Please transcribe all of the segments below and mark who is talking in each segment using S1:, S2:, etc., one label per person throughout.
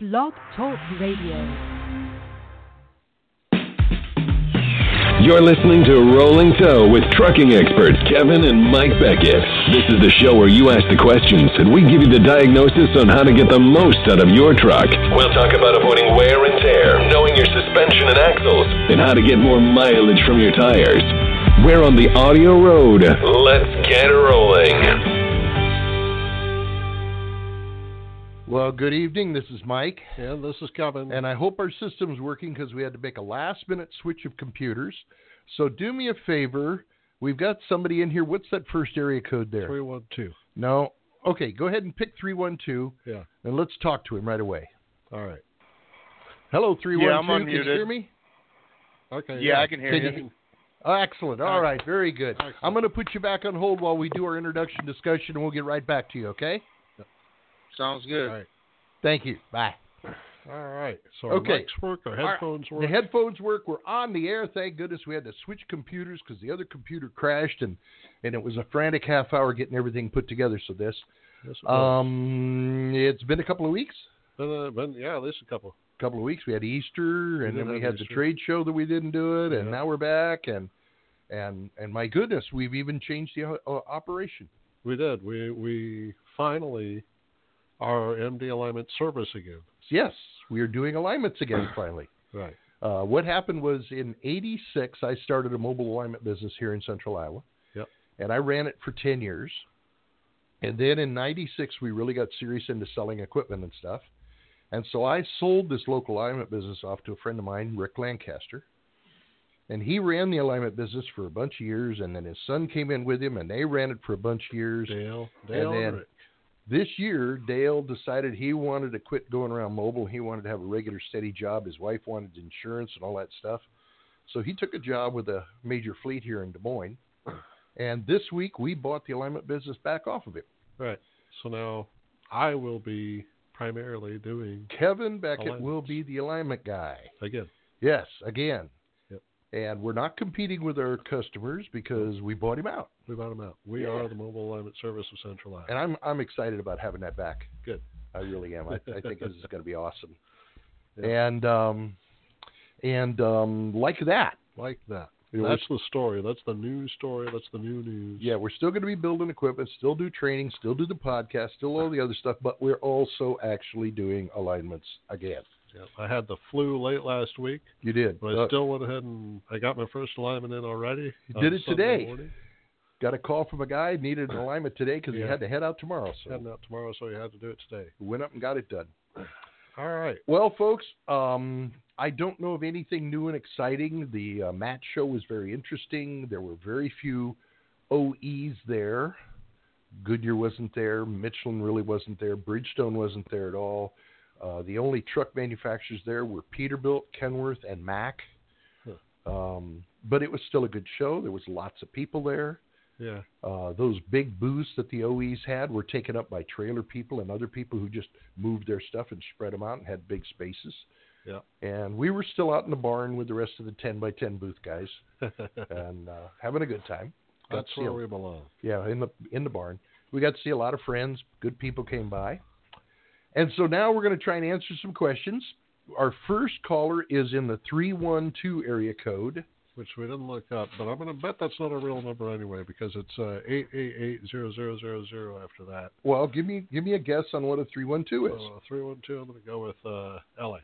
S1: Blog Talk Radio.
S2: Mm-hmm.
S3: You're listening to Rolling Toe with trucking experts Kevin and Mike Beckett. This is the show where you ask the questions and we give you the diagnosis on how to get the most out of your truck. We'll talk about avoiding wear and tear, knowing your suspension and axles, and how to get more mileage from your tires. We're on the audio road. Let's get rolling.
S2: Well, good evening. This is Mike,
S4: And this is Kevin.
S2: and I hope our system's working because we had to make a last minute switch of computers. So do me a favor. We've got somebody in here. What's that first area code there?
S4: 312.
S2: No. Okay, go ahead and pick 312
S4: Yeah.
S2: and let's talk to him right away.
S4: All right.
S2: Hello, 312.
S5: Yeah, I'm
S2: Can you
S5: unmuted.
S2: hear me?
S4: Okay.
S5: Yeah, I can hear
S2: Can
S5: you.
S2: uh, you- Oh, excellent. All right, very good.
S4: Excellent.
S2: I'm going to put you back on hold while we do our introduction discussion and we'll get right back to you, okay?
S5: Sounds good.
S4: Alright.
S2: Thank you. Bye.
S4: All right. So
S2: Okay.
S4: our mics work, our headphones
S2: The
S4: work.
S2: headphones work. We're on the air. Thank goodness we had to switch computers because the other computer crashed, and and it was a frantic half hour getting everything put together. So this,
S4: Yes, it
S2: um, it's been a couple of weeks.
S4: works. Been, uh, been- yeah, at least a couple.
S2: A couple of weeks. We had Easter, and
S4: did
S2: then we
S4: have
S2: had the
S4: Easter.
S2: trade show that we didn't do it, and
S4: Yeah.
S2: now we're back. And and and my goodness, we've even changed the o- o- operation.
S4: We did. We we finally are MD alignment service again.
S2: Yes, we are doing alignments again finally.
S4: Right.
S2: Uh, what happened was in '86, I started a mobile alignment business here in Central Iowa.
S4: Yep.
S2: And I ran it for 10 years. And then in '96, we really got serious into selling equipment and stuff. And so I sold this local alignment business off to a friend of mine, Rick Lancaster. And he ran the alignment business for a bunch of years. And then his son came in with him, and they ran it for a bunch of years
S4: Dale. Dale.
S2: then-
S4: Rick.
S2: this year Dale decided he wanted to quit going around mobile. He wanted to have a regular steady job. His wife wanted insurance and all that stuff. So he took a job with a major fleet here in Des Moines. And this week we bought the alignment business back off of him.
S4: Right. So now I will be primarily doing
S2: Kevin Beckett
S4: Alignments.
S2: will be the alignment guy.
S4: again.
S2: Yes, again.
S4: Yep.
S2: And we're not competing with our customers because we bought him out.
S4: We bought them out. We
S2: Yeah.
S4: are the mobile alignment service of Central Iowa.
S2: And I'm I'm excited about having that back.
S4: Good.
S2: I really am. I, I think this is going to be awesome. And um, and um, like that.
S4: like that.
S2: It
S4: That's the
S2: was-
S4: story. That's the new story. That's the new news.
S2: yeah, we're still going to be building equipment, still do training, still do the podcast, still all the other stuff, but we're also actually doing alignments again.
S4: Yeah. I had the flu late last week.
S2: You did.
S4: But I
S2: Uh,
S4: still went ahead and I got my first alignment in already.
S2: You
S4: on
S2: did it
S4: Sunday
S2: today.
S4: morning.
S2: got a call from a guy needed an alignment today because
S4: Yeah.
S2: he had to head out tomorrow. So
S4: Heading out tomorrow, so you had to do it today.
S2: went up and got it done.
S4: All right.
S2: Well, folks, um, I don't know of anything new and exciting. The uh, Matt show was very interesting. There were very few OEs there. Goodyear wasn't there. Michelin really wasn't there. Bridgestone wasn't there at all. Uh, the only truck manufacturers there were Peterbilt, Kenworth, and Mack. Um, but it was still a good show. There was lots of people there.
S4: Yeah.
S2: Uh, those big booths that the OEs had were taken up by trailer people and other people who just moved their stuff and spread them out and had big spaces.
S4: Yeah.
S2: And we were still out in the barn with the rest of the 10 by 10 booth guys
S4: That's
S2: and uh, having a good time. Got to see
S4: where
S2: a-
S4: we belong.
S2: yeah, in the in the barn. We got to see a lot of friends. Good people came by. And so now we're going to try and answer some questions. Our first caller is in the 312 area code.
S4: Which we didn't look up, but I'm gonna bet that's not a real number anyway, because it's uh eight eight eight zero zero zero zero after that.
S2: Well, give me give me a guess on what a 312 is.
S4: So three one two I'm gonna go with uh LA.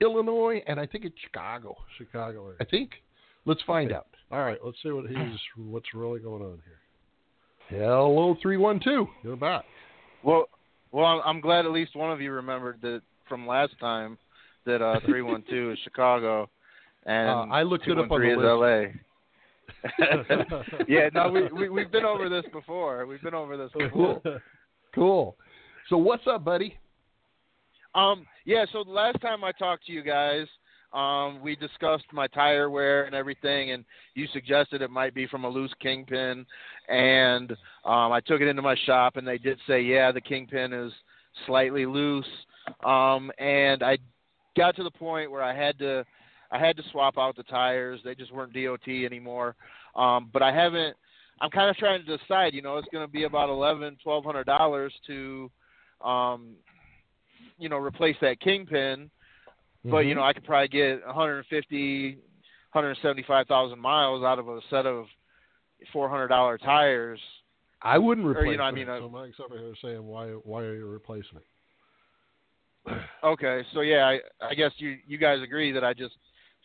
S2: Illinois and I think it's Chicago.
S4: Chicago
S2: I
S4: area.
S2: think. Let's find out.
S4: All right, let's see what he's what's really going on here.
S2: Hello, three one two.
S4: You're back.
S5: Well, well, I'm- I'm glad at least one of you remembered that from last time that uh, 312 is Chicago and
S2: Uh, I looked it up on the
S5: 213 is LA. yeah, no, we, we we've been over this before. We've been over this before.
S2: Cool. So what's up, buddy?
S5: Um, yeah, so the last time I talked to you guys, um, we discussed my tire wear and everything, and you suggested it might be from a loose kingpin, and um, I took it into my shop, and they did say, yeah, the kingpin is slightly loose, um, and I got to the point where I had to, I had to swap out the tires. They just weren't DOT anymore, um, but I haven't. I'm kind of trying to decide. You know, it's going to be about eleven, twelve hundred dollars to um, you know replace that kingpin, but
S4: Mm-hmm.
S5: you know I could probably get 150, 175,000 miles out of a set of four hundred dollar tires.
S2: I wouldn't replace.
S5: you know, I
S2: it.
S5: mean, uh,
S4: so Mike's over here saying, why, why are you replacing it?
S5: Okay, so yeah, I, I guess you you guys agree that I just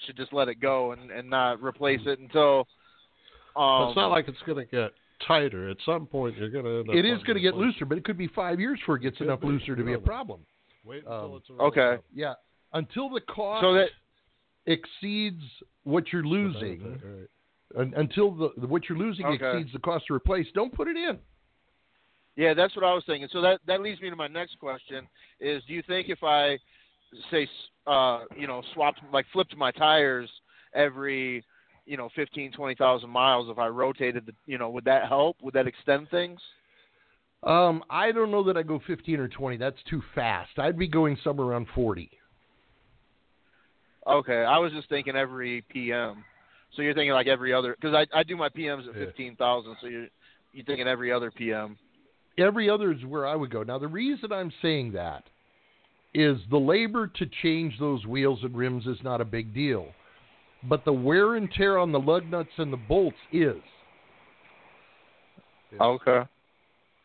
S5: should just let it go and and not replace it until.
S4: But
S5: Um,
S4: it's not like it's going to get tighter. At some point, you're going to end up.
S2: it is
S4: wanting
S2: going to get
S4: replace
S2: looser, but it could be five years before it gets
S4: Could
S2: enough
S4: be.
S2: looser to be a
S4: Probably.
S2: problem.
S4: Wait until
S2: Um,
S4: it's a real
S5: okay.
S4: problem.
S2: Yeah, until the cost
S5: so that
S2: exceeds what you're losing,
S4: All right.
S2: un- until the the- what you're losing
S5: Okay.
S2: exceeds the cost to replace, don't put it in.
S5: Yeah, that's what I was thinking. So that that leads me to my next question: is Do you think if I say, uh, you know, swapped like flipped my tires every, you know, fifteen twenty thousand miles, if I rotated the, you know, would that help? Would that extend things?
S2: Um, I don't know that I go 15 or 20. That's too fast. I'd be going somewhere around 40.
S5: Okay, I was just thinking every PM. So you're thinking like every other because I I do my PMs at
S4: Yeah.
S5: fifteen thousand. So you're you're thinking every other PM.
S2: Every other is where I would go. Now, the reason I'm saying that is the labor to change those wheels and rims is not a big deal, but the wear and tear on the lug nuts and the bolts is.
S5: Okay.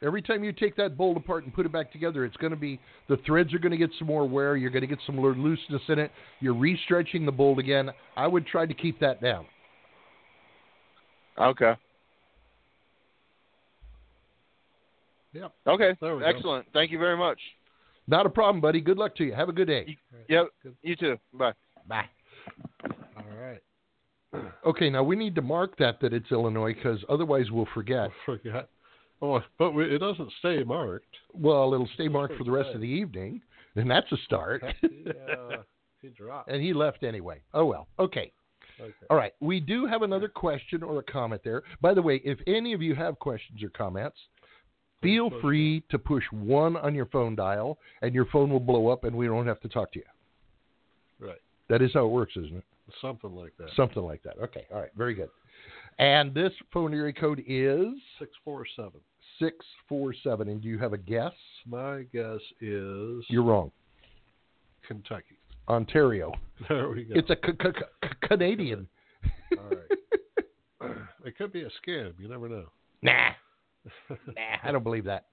S2: Every time you take that bolt apart and put it back together, it's going to be the threads are going to get some more wear. You're going to get some lo- looseness in it. You're restretching the bolt again. I would try to keep that down.
S5: Okay.
S4: Yep.
S5: Okay.
S4: There we go.
S5: Excellent. Thank you very much.
S2: Not a problem, buddy. Good luck to you. Have a good day.
S5: Yep.
S4: Good.
S5: You too. Bye.
S2: Bye.
S4: All right.
S2: Okay, now we need to mark that that it's Illinois because otherwise we'll forget.
S4: Forgot. Oh, but we, it doesn't stay marked.
S2: Well, it'll stay marked for the rest of the evening, and that's a start.
S4: He, uh, he dropped.
S2: and he left anyway. Oh well. Okay.
S4: Okay.
S2: All right. We do have another question or a comment there. By the way, if any of you have questions or comments, feel
S4: push
S2: free to push one on your phone dial, and your phone will blow up, and we don't have to talk to you.
S4: Right.
S2: That is how it works, isn't it?
S4: Something like that.
S2: Something like that. Okay. All right. Very good. And this phone area code is
S4: Six four seven.
S2: six four seven. And do you have a guess?
S4: My guess is
S2: You're wrong.
S4: Kentucky.
S2: Ontario.
S4: There we go.
S2: It's a c- c- c- Canadian.
S4: All right. it could be a scam. You never know.
S2: Nah. Nah. I don't believe that.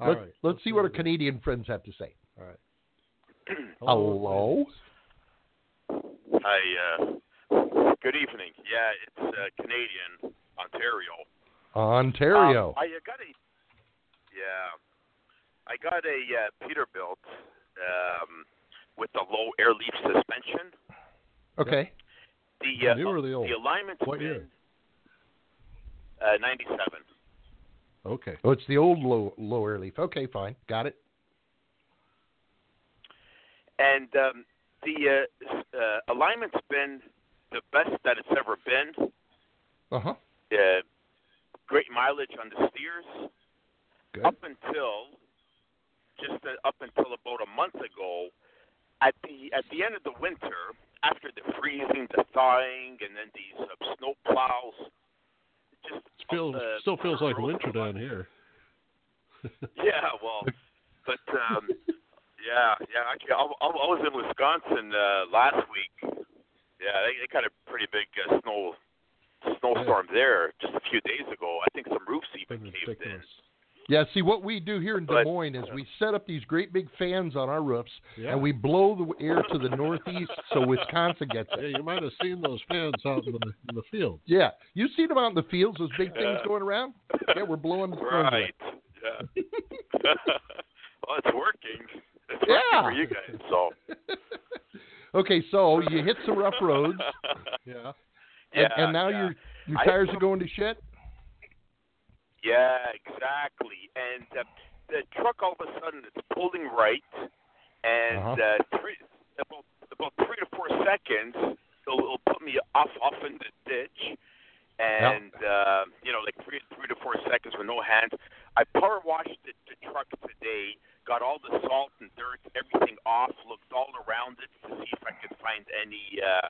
S4: All
S2: Let,
S4: right,
S2: us see what our
S4: we got.
S2: Canadian friends have to say. Hello?
S4: Oh, Hello.
S6: Oh, Hi. Uh, good evening. Yeah, it's uh, Canadian, Ontario.
S2: Ontario.
S6: Um, I uh, got a. Yeah, I got a uh, Peterbilt um, with the low air leaf suspension.
S2: okay.
S6: The uh,
S4: new or the old?
S6: alignment's
S4: What
S6: been,
S4: year?
S6: Uh, Ninety-seven.
S4: Okay.
S2: Oh, it's the old low, low air leaf. Okay, fine. Got it.
S6: and um, the uh, s- uh, alignment's been the best that it's ever been.
S2: Uh huh.
S6: Uh, great mileage on the steers
S2: Good.
S6: up until just uh, up until about a month ago. At the at the end of the winter, after the freezing, the thawing, and then these uh, snow plows, it just
S4: It feels,
S6: uh,
S4: still feels like
S6: froze
S4: winter
S6: the
S4: down here.
S6: yeah, well, but um, yeah, yeah. Actually, I, I I was in Wisconsin uh, last week. Yeah, they, they got a pretty big uh, snow snowstorm there just a few days ago. I think some roofs
S4: Been
S6: even caved in.
S4: ridiculous.
S2: Yeah, see, what we do here in Des
S6: But-
S2: Moines is we set up these great big fans on our roofs
S4: Yeah.
S2: and we blow the air to the northeast so Wisconsin gets it.
S4: yeah, you might have seen those fans out in the, in the field.
S2: Yeah. You see them out in the fields, those big things going around? Yeah, we're blowing the fans away.
S6: Right. Yeah. well, it's working. It's working
S2: Yeah.
S6: for you guys. So.
S2: Okay, so you hit some rough roads
S4: Yeah.
S6: yeah.
S2: and, and now
S6: yeah.
S2: your your
S6: I-
S2: tires are going to shit?
S6: Yeah, exactly. And uh, the truck all of a sudden it's pulling right, and uh three, about about three to four seconds, it'll, it'll put me off off in the ditch, and uh, you know like three three to four seconds with no hands. I power washed the, the truck today, got all the salt and dirt, everything off, looked all around it to see if I could find any. uh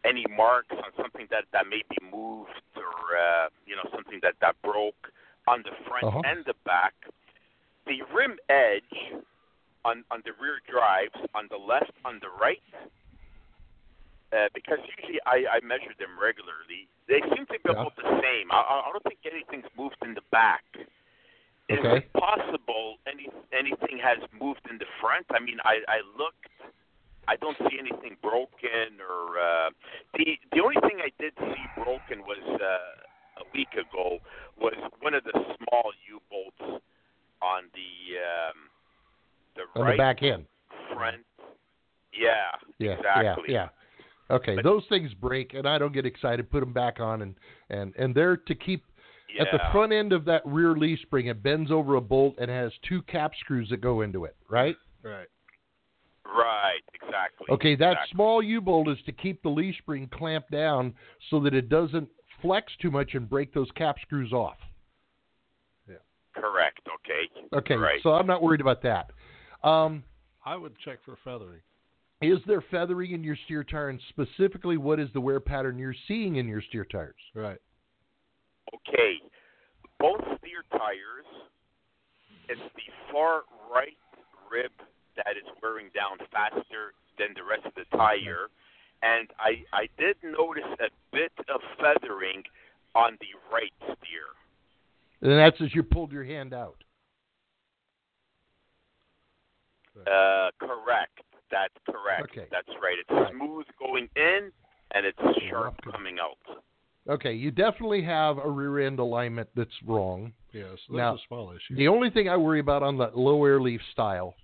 S6: any marks on something that that may be moved or uh, you know something that that broke on the front
S2: Uh-huh.
S6: and the back. The rim edge on on the rear drives, on the left, on the right. Uh, because usually I, I measure them regularly. They seem to be
S2: Yeah.
S6: about the same. I, I- I don't think anything's moved in the back. Is
S2: Okay.
S6: it possible any anything has moved in the front? I mean, I, I looked. I don't see anything broken or uh, the the only thing I did see broken was uh, a week ago was one of the small U bolts on the um, the
S2: on
S6: right
S2: the back end.
S6: front. Yeah,
S2: Yeah,
S6: exactly.
S2: yeah, yeah. Okay,
S6: But-
S2: those things break, and I don't get excited. Put them back on, and and and they're to keep at the
S6: Yeah.
S2: front end of that rear leaf spring. It bends over a bolt and has two cap screws that go into it, right?
S4: Right.
S6: Right, exactly.
S2: Okay, that
S6: exactly.
S2: small U bolt is to keep the leaf spring clamped down so that it doesn't flex too much and break those cap screws off.
S6: correct. Okay.
S2: Okay,
S6: Right.
S2: so I'm not worried about that. Um,
S4: I would check for feathering.
S2: is there feathering in your steer tire, and specifically, what is the wear pattern you're seeing in your steer tires?
S4: Right.
S6: Okay. Both steer tires, it's the far right rib that is wearing down faster than the rest of the tire. And I, I did notice a bit of feathering on the right steer.
S2: And that's as you pulled your hand out.
S6: Uh, correct. That's correct.
S2: Okay.
S6: That's right. It's
S2: Right.
S6: smooth going in and it's sharp
S2: rough.
S6: coming out.
S2: Okay, you definitely have a rear end alignment that's wrong.
S4: Yes. That's
S2: Now,
S4: a small issue.
S2: The only thing I worry about on that low air leaf style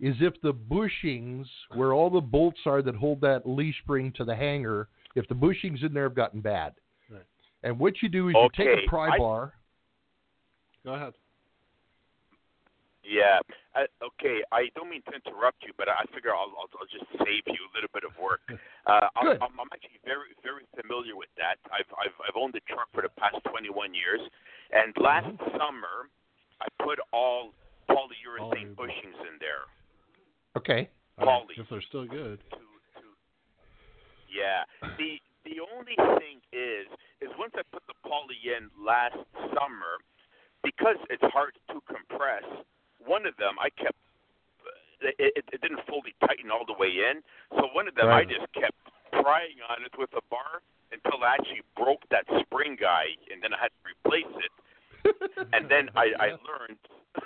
S2: is if the bushings, where all the bolts are that hold that leaf spring to the hanger, if the bushings in there have gotten bad.
S4: Right.
S2: And what you do is you
S6: Okay,
S2: take a pry
S6: I-
S2: bar.
S4: Go ahead.
S6: Yeah. I, okay. I don't mean to interrupt you, but I figure I'll, I'll, I'll just save you a little bit of work. Uh, I'm,
S2: Good.
S6: I'm I'm actually very very familiar with that. I've I've, I've owned a truck for the past 21 years, and last summer I put all polyurethane
S4: Polyurethane.
S6: bushings in there.
S2: Okay.
S4: All right,
S6: Polly.
S4: If they're still good.
S6: To, to, yeah. The the only thing is is once I put the poly in last summer, because it's hard to compress, one of them I kept it, it, it didn't fully tighten all the way in. So one of them
S2: Right.
S6: I just kept prying on it with a bar until I actually broke that spring guy, and then I had to replace it. and then I, I learned,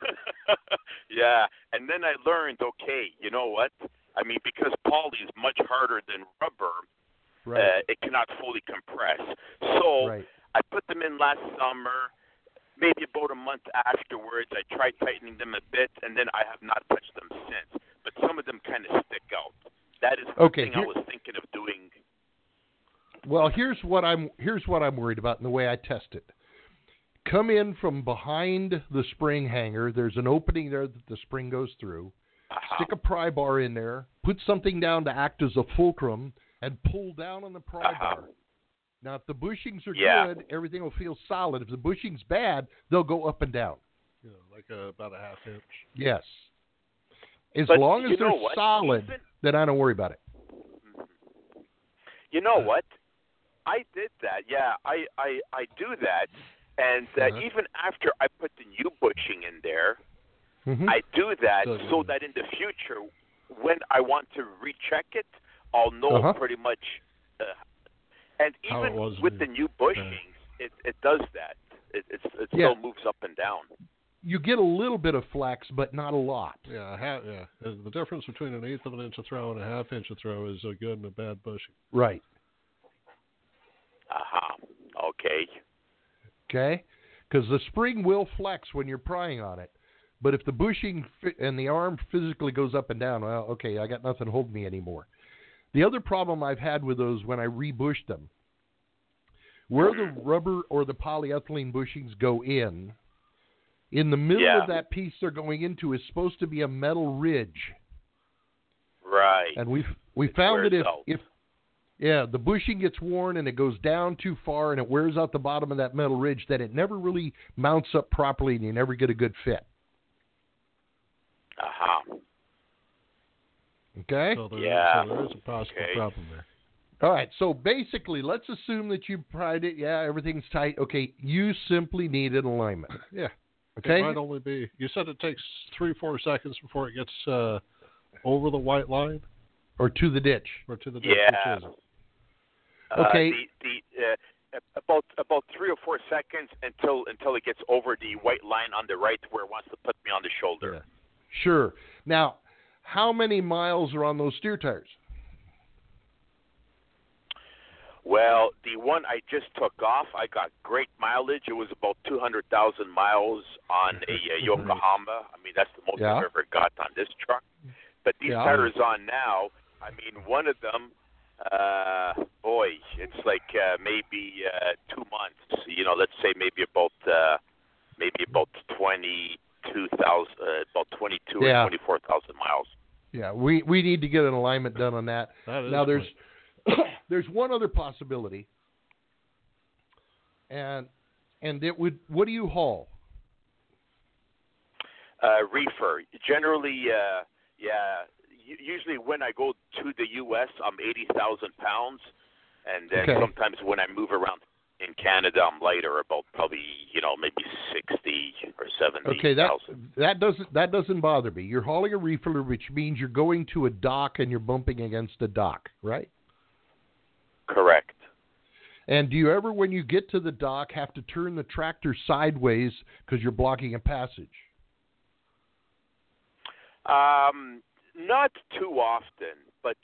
S6: yeah, and then I learned, okay, you know what? I mean, because poly is much harder than rubber, uh, it cannot fully compress. So
S2: right.
S6: I put them in last summer. Maybe about a month afterwards, I tried tightening them a bit, and then I have not touched them since. But some of them kind of stick out. That is one
S2: Okay,
S6: thing I
S2: here-
S6: was thinking of doing.
S2: Well, here's what I'm here's what I'm worried about in the way I test it. Come in from behind the spring hanger. There's an opening there that the spring goes through.
S6: Uh-huh.
S2: stick a pry bar in there, put something down to act as a fulcrum, and pull down on the pry
S6: Uh-huh.
S2: bar. Now, if the bushings are
S6: Yeah.
S2: good, everything will feel solid. If the bushings bad, they'll go up and down.
S4: You know, like uh about a half inch.
S2: Yes. As
S6: But
S2: long
S6: you
S2: as
S6: know
S2: they're
S6: what?
S2: solid,
S6: Even-
S2: then I don't worry about it.
S6: You know what? I did that. Yeah, I I I do that, and uh,
S4: Uh-huh.
S6: even after I put the new bushing in there,
S4: Hmm?
S2: Mhm.
S6: I do that
S4: Doesn't
S6: so
S4: matter.
S6: that in the future, when I want to recheck it, I'll know
S2: Uh-huh.
S6: pretty much. Uh, and
S4: How it
S6: even
S4: was
S6: with the
S4: new.
S6: new bushings, it it does that. It it, it
S2: Yeah.
S6: still moves up and down.
S2: you get a little bit of flax, but not a lot.
S4: Yeah, a half. Yeah, And Uh, the difference between an eighth of an inch of throw and a half inch of throw is a good and a bad bushing.
S2: Right.
S6: Aha. Uh-huh. Okay.
S2: Okay? Because the spring will flex when you're prying on it. But if the bushing fi- and the arm physically goes up and down, well, okay, I got nothing holding me anymore. The other problem I've had with those when I rebushed them, where the
S6: Mm-hmm.
S2: rubber or the polyethylene bushings go in, in the middle
S6: Yeah.
S2: of that piece they're going into is supposed to be a metal ridge.
S6: Right.
S2: And we've we
S6: It
S2: found that
S6: wears
S2: if,
S6: out.
S2: if yeah, the bushing gets worn and it goes down too far and it wears out the bottom of that metal ridge, that it never really mounts up properly and you never get a good fit.
S6: Aha. Uh-huh.
S2: Okay?
S4: So there,
S6: Yeah.
S4: so there is a possible
S6: Okay.
S4: problem there.
S2: All right. So basically let's assume that you pried it, yeah, everything's tight. Okay, you simply need an alignment.
S4: Yeah.
S2: Okay.
S4: It might only be. You said it takes three, four seconds before it gets uh, over the white line
S2: Or to the ditch.
S4: or to the ditch.
S6: Yeah.
S4: Which is it?
S6: Uh,
S2: Okay.
S6: the the uh, about about three or four seconds until until it gets over the white line on the right where it wants to put me on the shoulder.
S2: Sure. Now, how many miles are on those steer tires?
S6: Well, the one I just took off, I got great mileage. It was about 200,000 miles on a uh, Yokohama. I mean, that's the most
S2: Yeah.
S6: I've ever got on this truck. But these
S2: Yeah.
S6: tires on now, I mean, one of them, uh, boy, it's like uh, maybe uh, two months. You know, let's say maybe about uh, maybe about 22,000, uh, about 22
S2: Yeah.
S6: or 24,000 miles.
S2: Yeah, we, we need to get an alignment done on that.
S4: That is
S2: now there's
S4: great.
S2: there's one other possibility. And and it would what do you haul?
S6: uh, reefer. Generally, uh, yeah. u- Usually, when I go to the U.S., I'm eighty thousand pounds, and then
S2: Okay.
S6: sometimes when I move around in Canada, I'm lighter, about probably you know maybe sixty or seventy
S2: Okay, that
S6: thousand.
S2: that doesn't that doesn't bother me. You're hauling a reefer, which means you're going to a dock and you're bumping against a dock, right?
S6: Correct.
S2: And do you ever, when you get to the dock, have to turn the tractor sideways because you're blocking a passage?
S6: Um, not too often, but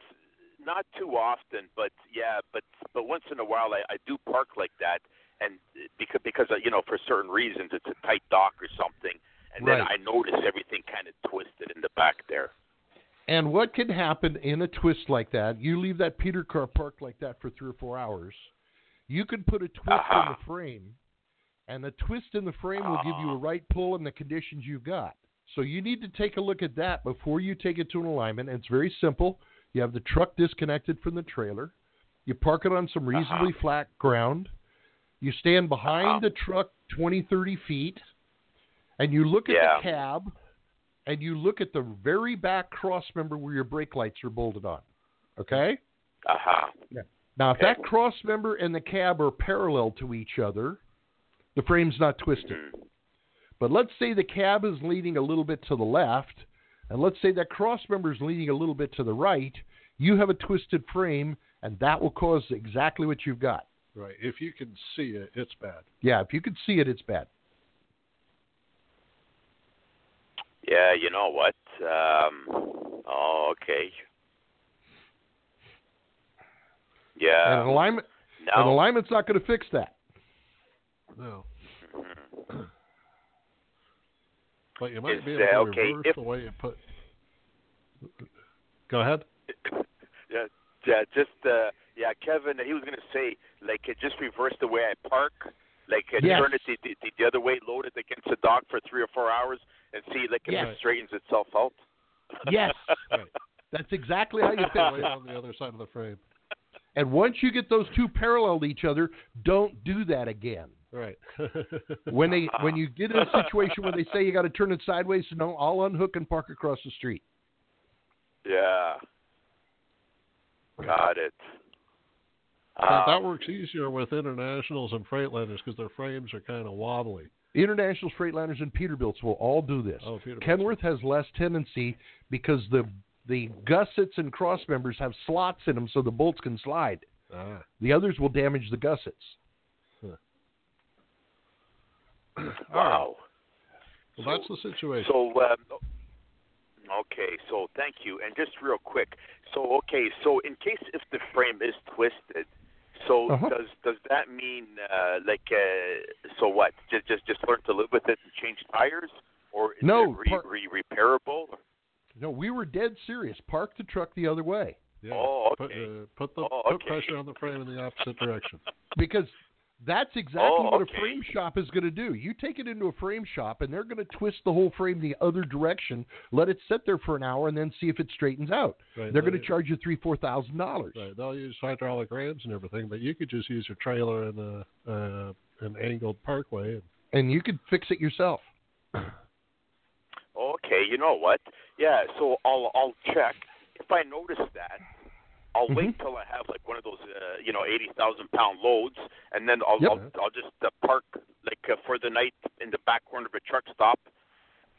S6: not too often, but yeah, but but once in a while, I, I do park like that, and because because uh, you know for certain reasons it's a tight dock or something, and then
S2: Right.
S6: I notice everything kind of twisted in the back there.
S2: And what can happen in a twist like that? You leave that Peter car parked like that for three or four hours. You can put a twist in
S6: Aha.
S2: the frame, and the twist in the frame will give you a right pull in the conditions you've got. So you need to take a look at that before you take it to an alignment. And it's very simple. You have the truck disconnected from the trailer. You park it on some reasonably flat ground. You stand behind
S6: Uh-huh.
S2: the truck 20, 30 feet, and you look at
S6: Yeah.
S2: the cab, and you look at the very back cross member where your brake lights are bolted on. Okay?
S6: Aha.
S2: Now, if
S6: Okay.
S2: that cross member and the cab are parallel to each other, the frame's not twisted.
S6: Mhm.
S2: But let's say the cab is leaning a little bit to the left, and let's say that cross member is leaning a little bit to the right. You have a twisted frame, and that will cause exactly what you've got.
S4: Right. If you can see it, it's bad.
S2: Yeah, if you can see it, it's bad.
S6: Yeah, you know what? Um, oh, okay.
S2: And
S6: Yeah.
S2: an alignment, an
S6: no.
S2: alignment's not going to fix that.
S4: No. But you might
S6: Mm-hmm. Is
S4: be
S6: that
S4: able to
S6: okay
S4: reverse
S6: if-
S4: the way you put. Go ahead.
S6: Yeah, yeah, just uh, yeah, Kevin. He was gonna say like uh, just reverse the way I park, like uh,
S2: Yes.
S6: turn it the, the the other way, load it against the dock for three or four hours, and see like if
S2: Yes.
S6: it straightens itself out.
S2: Yes,
S4: Right.
S2: that's exactly how you fix
S4: Way
S2: it.
S4: on the other side of the frame.
S2: And once you get those two parallel to each other, don't do that again.
S4: Right.
S2: When they
S6: Uh-huh.
S2: when you get in a situation where they say you got to turn it sideways, no, I'll unhook and park across the street.
S6: Yeah. Got it. Um,
S4: Now, that works easier with internationals and freightliners because their frames are kind of wobbly.
S2: International Freightliners and Peterbilts will all do this.
S4: Oh, Peterbilts.
S2: Kenworth has less tendency because the the gussets and cross members have slots in them, so the bolts can slide.
S4: Ah,
S2: The others will damage the gussets.
S6: wow.
S4: well, that's the situation.
S6: So, um, okay, so thank you. And just real quick, so okay, so in case if the frame is twisted, so
S2: Uh-huh.
S6: does does that mean uh, like uh, so what? Just just just learn to live with it and change tires, or is
S2: No,
S6: it re-
S2: par-
S6: re- repairable?
S2: No, we were dead serious. Park the truck the other way.
S4: yeah.
S6: oh,
S4: Put,
S6: okay.
S4: uh, put the
S6: Oh,
S4: put
S6: okay.
S4: pressure on the frame in the opposite direction.
S2: because that's exactly
S6: Oh,
S2: what
S6: okay.
S2: a frame shop is going to do. You take it into a frame shop, and they're going to twist the whole frame the other direction, let it sit there for an hour, and then see if it straightens out.
S4: Right,
S2: they're going
S4: they-
S2: to charge you three, four thousand dollars.
S4: Right. They'll use hydraulic rams and everything, but you could just use your trailer and a uh, an angled parkway. And,
S2: and you could fix it yourself.
S6: Okay, you know what? Yeah, so I'll I'll check. If I notice that, I'll wait till I have like one of those, uh, you know, eighty thousand pound loads, and then I'll
S2: Yep.
S6: I'll, I'll just uh, park like uh, for the night in the back corner of a truck stop,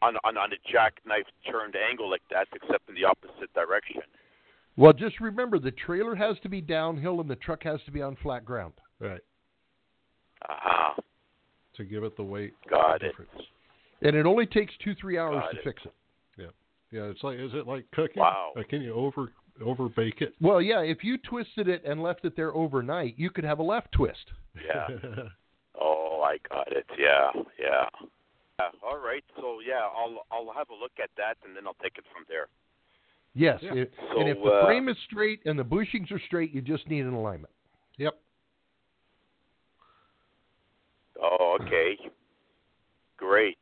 S6: on on on a jackknife turned angle like that, except in the opposite direction.
S2: Well, just remember the trailer has to be downhill and the truck has to be on flat ground.
S4: Right.
S6: Ah,
S4: To give it the weight
S6: Got it.
S4: difference.
S2: And it only takes two, three hours
S6: Got
S2: to
S6: it.
S2: fix it.
S4: Yeah, it's like is it like cooking?
S6: Wow.
S4: Like, can you over over bake it?
S2: Well, yeah, if you twisted it and left it there overnight, you could have a left twist.
S6: yeah. Oh, I got it. Yeah, yeah. Yeah, all right. So yeah, I'll I'll have a look at that and then I'll take it from there.
S2: Yes.
S4: Yeah.
S2: it-
S6: So,
S2: and if the
S6: uh,
S2: frame is straight and the bushings are straight, you just need an alignment.
S4: yep.
S6: Oh, okay. Great.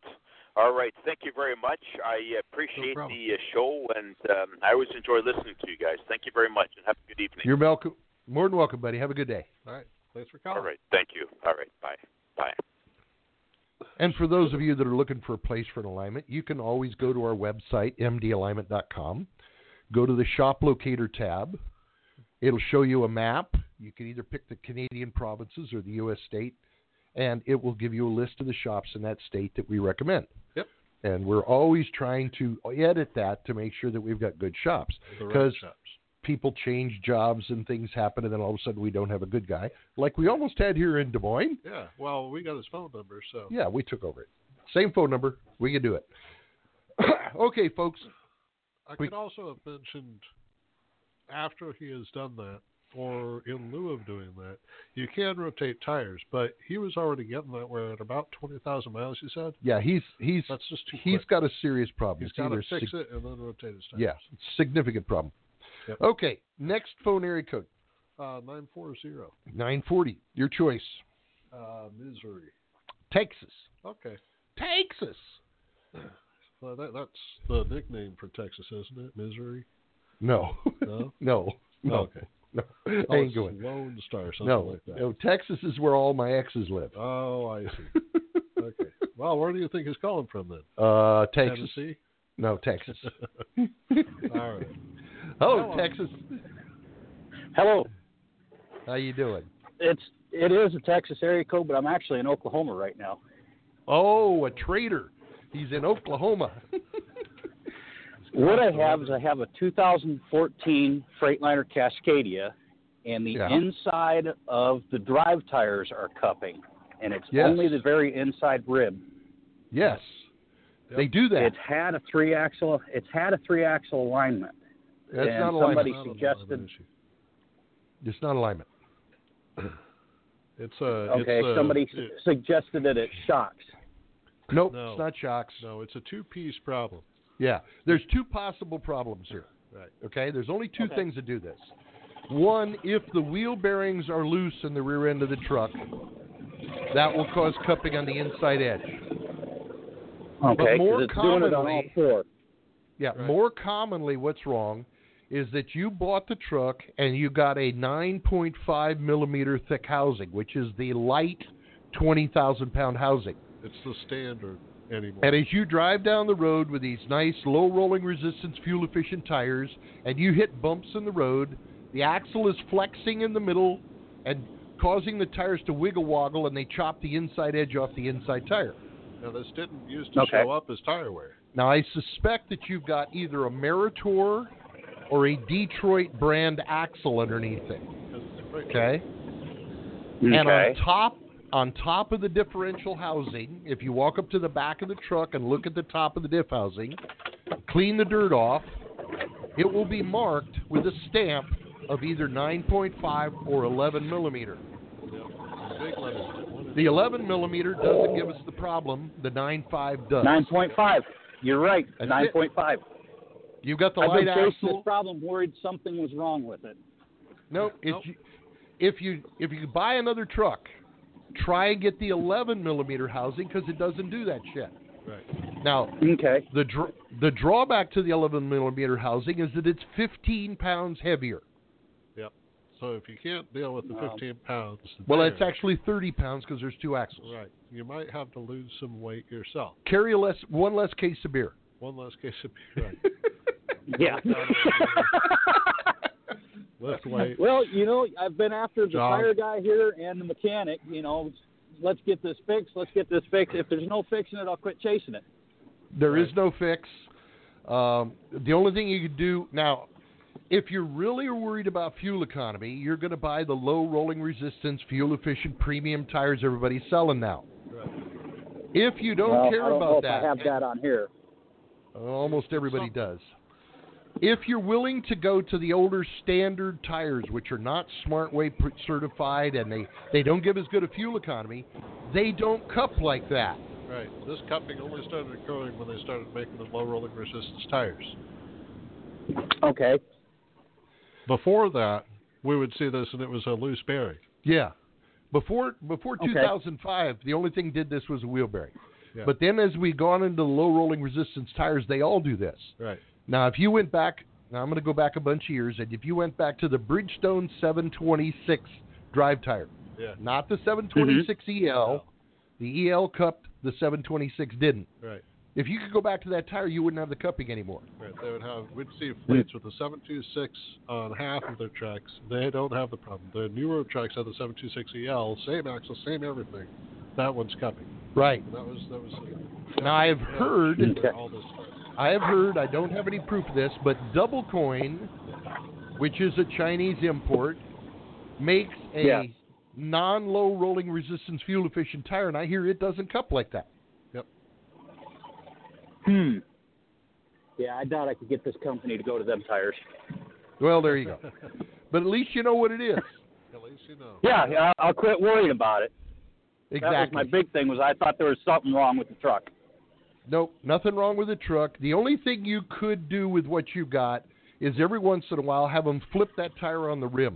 S6: All right. Thank you very much. I appreciate
S4: problem.
S6: the uh, show and um, I always enjoy listening to you guys. Thank you very much and have a good evening.
S2: You're welcome. More than welcome, buddy. Have a good day.
S4: All right. Thanks for calling.
S6: all right. Thank you. All right. Bye. Bye.
S2: And for those of you that are looking for a place for an alignment, you can always go to our website, mdalignment.com. Go to the shop locator tab. It'll show you a map. You can either pick the Canadian provinces or the U.S. state, and it will give you a list of the shops in that state that we recommend.
S4: Yep.
S2: And we're always trying to edit that to make sure that we've got good shops
S4: The right
S2: because
S4: shops.
S2: people change jobs and things happen, and then all of a sudden we don't have a good guy, like we almost had here in Des Moines.
S4: Yeah. Well, we got his phone number, so
S2: Yeah, we took over it. Same phone number. We can do it. okay, folks.
S4: I
S2: We-
S4: could also have mentioned after he has done that, or in lieu of doing that, you can rotate tires. But he was already getting that where at about twenty thousand miles. He said
S2: Yeah, he's he's
S4: that's just too
S2: he's
S4: quick.
S2: got a serious problem.
S4: He's
S2: It's
S4: got to
S2: either
S4: fix
S2: sig-
S4: it and then rotate his tires.
S2: Yeah, significant problem.
S4: Yep.
S2: Okay, next phone area code
S4: Uh, nine four zero,
S2: nine forty. Your choice.
S4: uh, Missouri.
S2: Texas.
S4: Okay.
S2: Texas.
S4: Well, that, that's the nickname for Texas, isn't it? Missouri.
S2: No.
S4: No.
S2: no. No.
S4: Okay.
S2: No.
S4: Oh,
S2: I ain't
S4: it's
S2: going.
S4: Lone Star, something
S2: No.
S4: like that.
S2: No. Texas is where all my exes live.
S4: Oh, I see. okay. Well, where do you think he's calling from then?
S2: Uh, Texas.
S4: Oh. Tennessee.
S2: No, Texas.
S4: All right.
S2: Hello,
S4: Hello.
S2: Texas.
S7: Hello.
S2: How you doing?
S7: It's it is a Texas area code, but I'm actually in Oklahoma right now.
S2: Oh, a traitor. He's in Oklahoma.
S7: What I have is I have a 2014 Freightliner Cascadia, and the
S2: Yeah.
S7: inside of the drive tires are cupping, and it's
S2: Yes.
S7: only the very inside rib.
S2: Yes. They do that.
S7: It's had a three axle. It's had a three axle alignment.
S2: That's
S7: and
S2: not
S7: somebody-
S2: alignment.
S4: Not a
S7: suggested-
S4: issue.
S2: It's not alignment.
S4: It's uh,
S7: Okay,
S4: it's, uh,
S7: somebody
S4: it-
S7: suggested that it shocks.
S2: Nope,
S4: No.
S2: it's not shocks.
S4: no, it's a two-piece problem.
S2: Yeah. There's two possible problems here.
S4: Right.
S2: Okay? There's only two things that do this. One, if the wheel bearings are loose in the rear end of the truck, that will cause cupping on the inside edge.
S7: Okay, 'cause
S2: more
S7: it's doing it on all
S2: commonly-
S7: four.
S2: Yeah.
S4: Right.
S2: More commonly, what's wrong is that you bought the truck and you got a 9.5 millimeter thick housing, which is the light 20,000 pound housing.
S4: It's the standard anymore.
S2: And as you drive down the road with these nice low rolling resistance, fuel efficient tires, and you hit bumps in the road, the axle is flexing in the middle and causing the tires to wiggle woggle, and they chop the inside edge off the inside tire.
S4: now, this didn't used to
S7: Okay.
S4: show up as tire wear.
S2: Now, I suspect that you've got either a Meritor or a Detroit brand axle underneath it.
S4: 'cause it's right
S2: Okay? And on top on top of the differential housing, if you walk up to the back of the truck and look at the top of the diff housing, clean the dirt off, it will be marked with a stamp of either 9.5 or 11 millimeter.
S4: there. Big letters. One
S2: The 11 millimeter doesn't give us the problem. The 9.5 does.
S7: Nine point five. You're right.
S2: That's it.
S7: Nine point five.
S2: You've got the
S7: I've
S2: light
S7: been facing this
S2: axle.
S7: problem, worried something was wrong with it.
S2: No, if you if you if you buy another truck, try and get the 11 millimeter housing because it doesn't do that shit.
S4: Right.
S2: Now,
S7: Okay.
S2: The dr- the drawback to the 11 millimeter housing is that it's 15 pounds heavier.
S4: So if you can't deal with the
S7: Um,
S4: 15 pounds,
S2: Well,
S4: there,
S2: it's actually 30 pounds because there's two axles.
S4: right. You might have to lose some weight yourself.
S2: Carry a less one less case of beer.
S4: One less case of beer. Right.
S7: Yeah.
S4: Lift
S7: Well, you know, I've been after the
S4: John.
S7: tire guy here and the mechanic. You know, let's get this fixed. Let's get this fixed. If there's no fixing it, I'll quit chasing it.
S2: There is no fix. Um, the only thing you could do now, if you're really worried about fuel economy, you're going to buy the low rolling resistance, fuel efficient, premium tires everybody's selling now. If you don't
S7: Well,
S2: care
S7: I don't
S2: about
S7: know if
S2: that,
S7: I have that on here.
S2: almost everybody does. If you're willing to go to the older standard tires, which are not SmartWay pr- certified and they, they don't give as good a fuel economy, they don't cup like that.
S4: Right. This cupping only started occurring when they started making the low rolling resistance tires.
S7: Okay.
S4: Before that, we would see this and it was a loose bearing.
S2: Yeah. Before before
S7: Okay.
S2: 2005, the only thing did this was a wheel bearing.
S4: Yeah.
S2: But then as we gone into low rolling resistance tires, they all do this.
S4: Right.
S2: Now, if you went back, now I'm going to go back a bunch of years, and if you went back to the Bridgestone 726 drive tire,
S4: Yeah. Mm-hmm.
S2: not the E 726 EL, the EL cupped, the 726 didn't.
S4: Right.
S2: If you could go back to that tire, you wouldn't have the cupping anymore.
S4: Right. They would have we'd see
S2: Mm.
S4: fleets with the seven two six on half of their tracks. They don't have the problem. The newer tracks have the seven two six EL, same axle, same everything. That one's cupping.
S2: Right.
S4: That was that was
S2: Now I've
S4: yeah,
S2: heard
S4: for all this time.
S2: I have heard, I don't have any proof of this, but Double Coin, which is a Chinese import, makes a
S7: Yeah.
S2: non low rolling resistance fuel efficient tire, and I hear it doesn't cup like that.
S7: Hmm. Yeah, I doubt I could get this company to go to them tires.
S2: Well, there you go. but at least you know what it is.
S4: At least you know.
S7: Yeah, yeah, I'll quit worrying about it. That was
S2: Exactly.
S7: my big thing was I thought there was something wrong with the truck.
S2: Nope, nothing wrong with the truck. The only thing you could do with what you got is every once in a while have them flip that tire on the rim.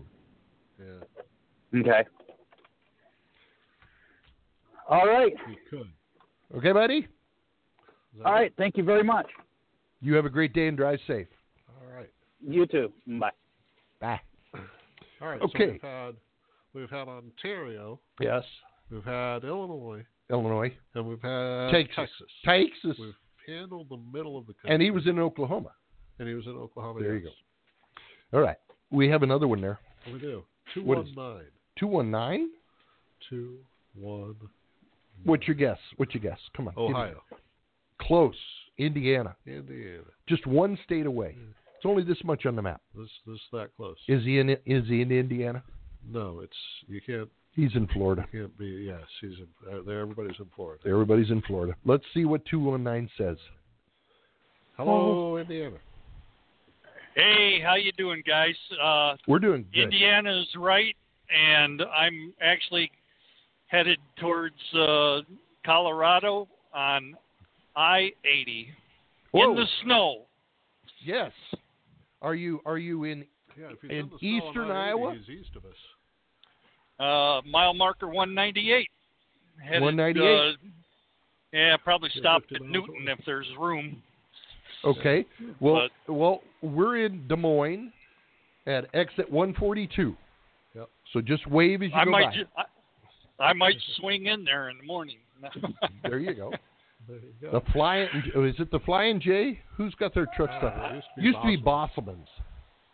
S4: Yeah.
S7: Okay. All right.
S4: You could.
S2: Okay, buddy?
S4: Is that
S7: All right. Thank you very much.
S2: You have a great day and drive safe.
S4: it? All right.
S7: You too. Bye.
S2: Bye.
S4: All right.
S2: Okay.
S4: So we've had we've had Ontario,
S2: Yes.
S4: we've had Illinois,
S2: Illinois.
S4: and we've had
S2: Texas. Texas.
S4: We've handled the middle of the country.
S2: And he was in Oklahoma.
S4: and he was in Oklahoma.
S2: There you
S4: yes.
S2: All right. We have another one there.
S4: We do. Two
S2: What is-
S4: one nine.
S2: 219?
S4: Two one
S2: What's your guess? What's your guess? Come on. give me-
S4: Ohio.
S2: Close. Indiana.
S4: Indiana.
S2: Just one state away.
S4: Hmm.
S2: It's only this much on the map.
S4: This this that close.
S2: Is he in is he in Indiana?
S4: no, it's you can't
S2: He's in Florida.
S4: can't be yes, he's in uh, there everybody's in Florida.
S2: Everybody's in Florida. Let's see what 219 says.
S4: Hello, Indiana.
S8: Hey, how you doing, guys? Uh,
S2: We're doing good.
S8: Indiana's right, and I'm actually headed towards uh, Colorado on I-80
S2: Whoa.
S8: in the snow.
S2: Yes. Are you are you in
S4: Yeah, if he's the
S2: In
S4: snow in
S2: eastern
S4: I-80,
S2: Iowa?
S4: he's east of us.
S8: Uh, mile marker 198. Headed,
S2: 198?
S8: Uh, yeah, probably
S4: Yeah,
S8: stopped
S4: 50
S8: at
S4: miles
S8: Newton if there's room.
S2: Okay. Well, well, we're in Des Moines at exit 142.
S4: Yep.
S2: So just wave as you
S8: I
S2: go
S8: might,
S2: by.
S8: ju- I, I might swing in there in the morning.
S2: There you go.
S4: There you
S2: The
S4: go.
S2: flying oh, is it the flying J? Who's got their truck stuff?
S4: Uh, it
S2: used to be Bosselman's.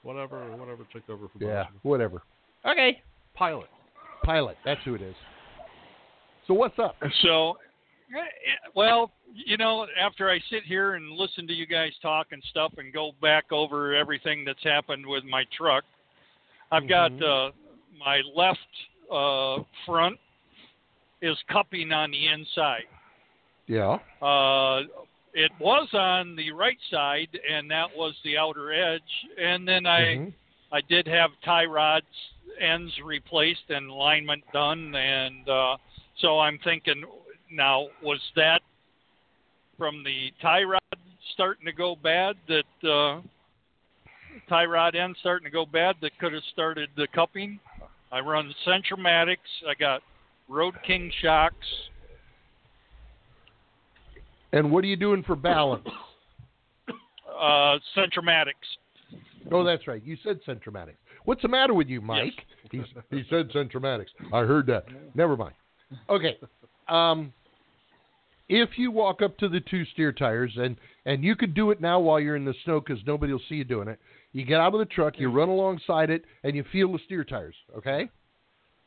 S4: Whatever whatever took over from
S2: Yeah,
S4: us.
S2: whatever.
S8: okay.
S4: Pilot.
S2: Pilot, that's who it is. So what's up?
S8: So, eh, eh, well, you know, after I sit here and listen to you guys talk and stuff and go back over everything that's happened with my truck, I've
S2: Mhm.
S8: got uh, my left uh, front is cupping on the inside.
S2: Yeah.
S8: Uh, it was on the right side, and that was the outer edge. And then I.
S2: Mhm.
S8: I did have tie rods ends replaced and alignment done, and uh, so I'm thinking now was that from the tie rod starting to go bad that uh, tie rod end starting to go bad that could have started the cupping. I run Centromatics. I got Road King shocks.
S2: And what are you doing for balance?
S8: Uh, Centromatics.
S2: oh, that's right. You said Centromatics. What's the matter with you, Mike? He he said Centromatics. I heard that. Never mind. Okay. Um if you walk up to the two steer tires and and you could do it now while you're in the snow because nobody will see you doing it. You get out of the truck, you run alongside it, and you feel the steer tires. Okay?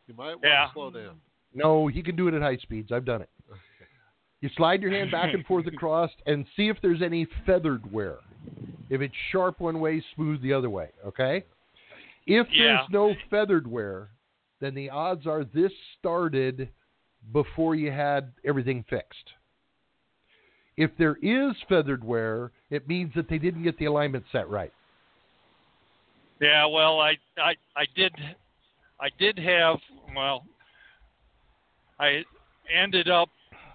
S4: You might want
S8: Yeah.
S4: to slow down.
S2: No, he can do it at high speeds. I've done it. You slide your hand back and forth across and see if there's any feathered wear. If it's sharp one way, smooth the other way. Okay? If
S8: Yeah.
S2: there's no feathered wear, then the odds are this started before you had everything fixed. If there is feathered wear, it means that they didn't get the alignment set right.
S8: Yeah, well, I, I I did I did have well I ended up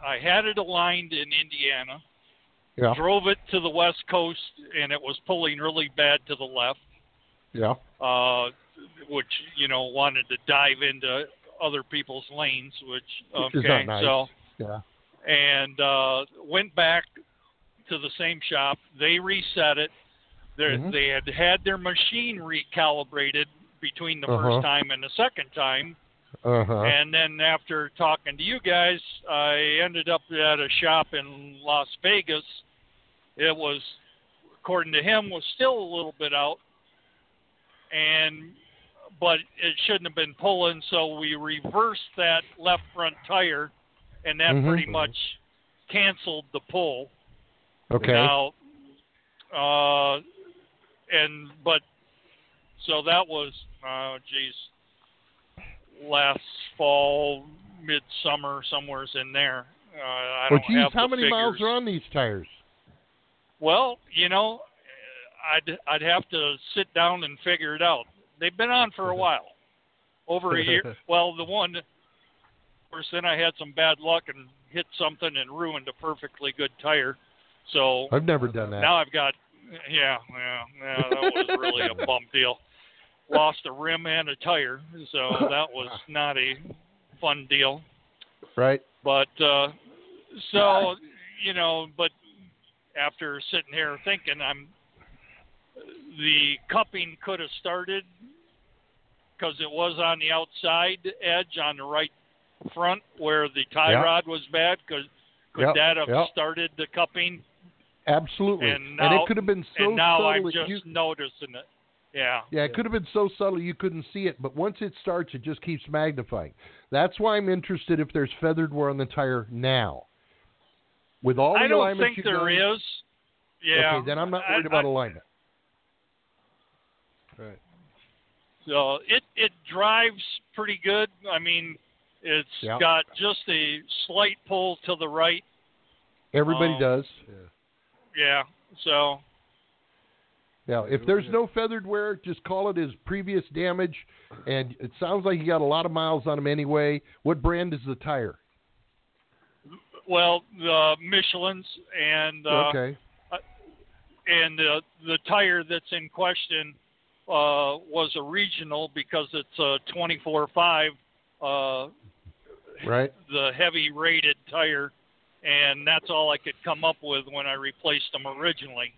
S8: I had it aligned in Indiana.
S2: Yeah.
S8: Drove it to the west coast and it was pulling really bad to the left,
S2: Yeah.
S8: uh which, you know, wanted to dive into other people's lanes, which
S2: Which
S8: okay,
S2: is not nice.
S8: so
S2: Yeah.
S8: and uh, went back to the same shop. They reset it. They're-
S2: Mhm.
S8: They had had their machine recalibrated between the
S2: Uh-huh.
S8: first time and the second time.
S2: Uh huh.
S8: And then after talking to you guys, I ended up at a shop in Las Vegas. It was, according to him, was still a little bit out, and but it shouldn't have been pulling. So we reversed that left front tire, and that
S2: Mhm.
S8: pretty much canceled the pull.
S2: Okay.
S8: Now, uh, and but so that was oh geez, last fall, midsummer, somewhere's in there. Uh, I
S2: well,
S8: don't
S2: geez,
S8: have
S2: how
S8: the
S2: many miles
S8: figures.
S2: are on these tires?
S8: Well, you know, I'd I'd have to sit down and figure it out. They've been on for a while, over a year. Well, the one, of course, then I had some bad luck and hit something and ruined a perfectly good tire. So
S2: I've never done that.
S8: now I've got, yeah, yeah, yeah, that was really a bum deal. Lost a rim and a tire, so that was not a fun deal.
S2: right.
S8: But uh, so you know, but after sitting here thinking, I'm the cupping could have started because it was on the outside edge on the right front where the tie
S2: Yeah.
S8: rod was bad. Could could
S2: Yep,
S8: that have
S2: yep.
S8: started the cupping?
S2: Absolutely.
S8: And now-
S2: it could have been so
S8: and now
S2: subtle
S8: I'm
S2: that
S8: just
S2: you,
S8: noticing it. Yeah.
S2: yeah, it could have been so subtle you couldn't see it, but once it starts it just keeps magnifying. That's why I'm interested if there's feathered wear on the tire now. With all the
S8: I don't
S2: alignments
S8: think
S2: you've
S8: there is.
S2: done-
S8: Yeah.
S2: Okay, then I'm not
S8: I-
S2: worried about
S8: I-
S2: alignment.
S4: Right.
S8: So it it drives pretty good. I mean, it's
S2: Yeah.
S8: got just a slight pull to the right.
S2: Everybody
S8: Oh.
S2: does.
S8: Yeah. So
S2: Now, if there's no feathered wear, just call it his previous damage and it sounds like you got a lot of miles on him anyway. What brand is the tire?
S8: well, the Michelin's and uh,
S2: okay.
S8: and uh, the tire that's in question uh, was a regional because it's a 24.5 uh,
S2: Right.
S8: the heavy rated tire, and that's all I could come up with when I replaced them originally.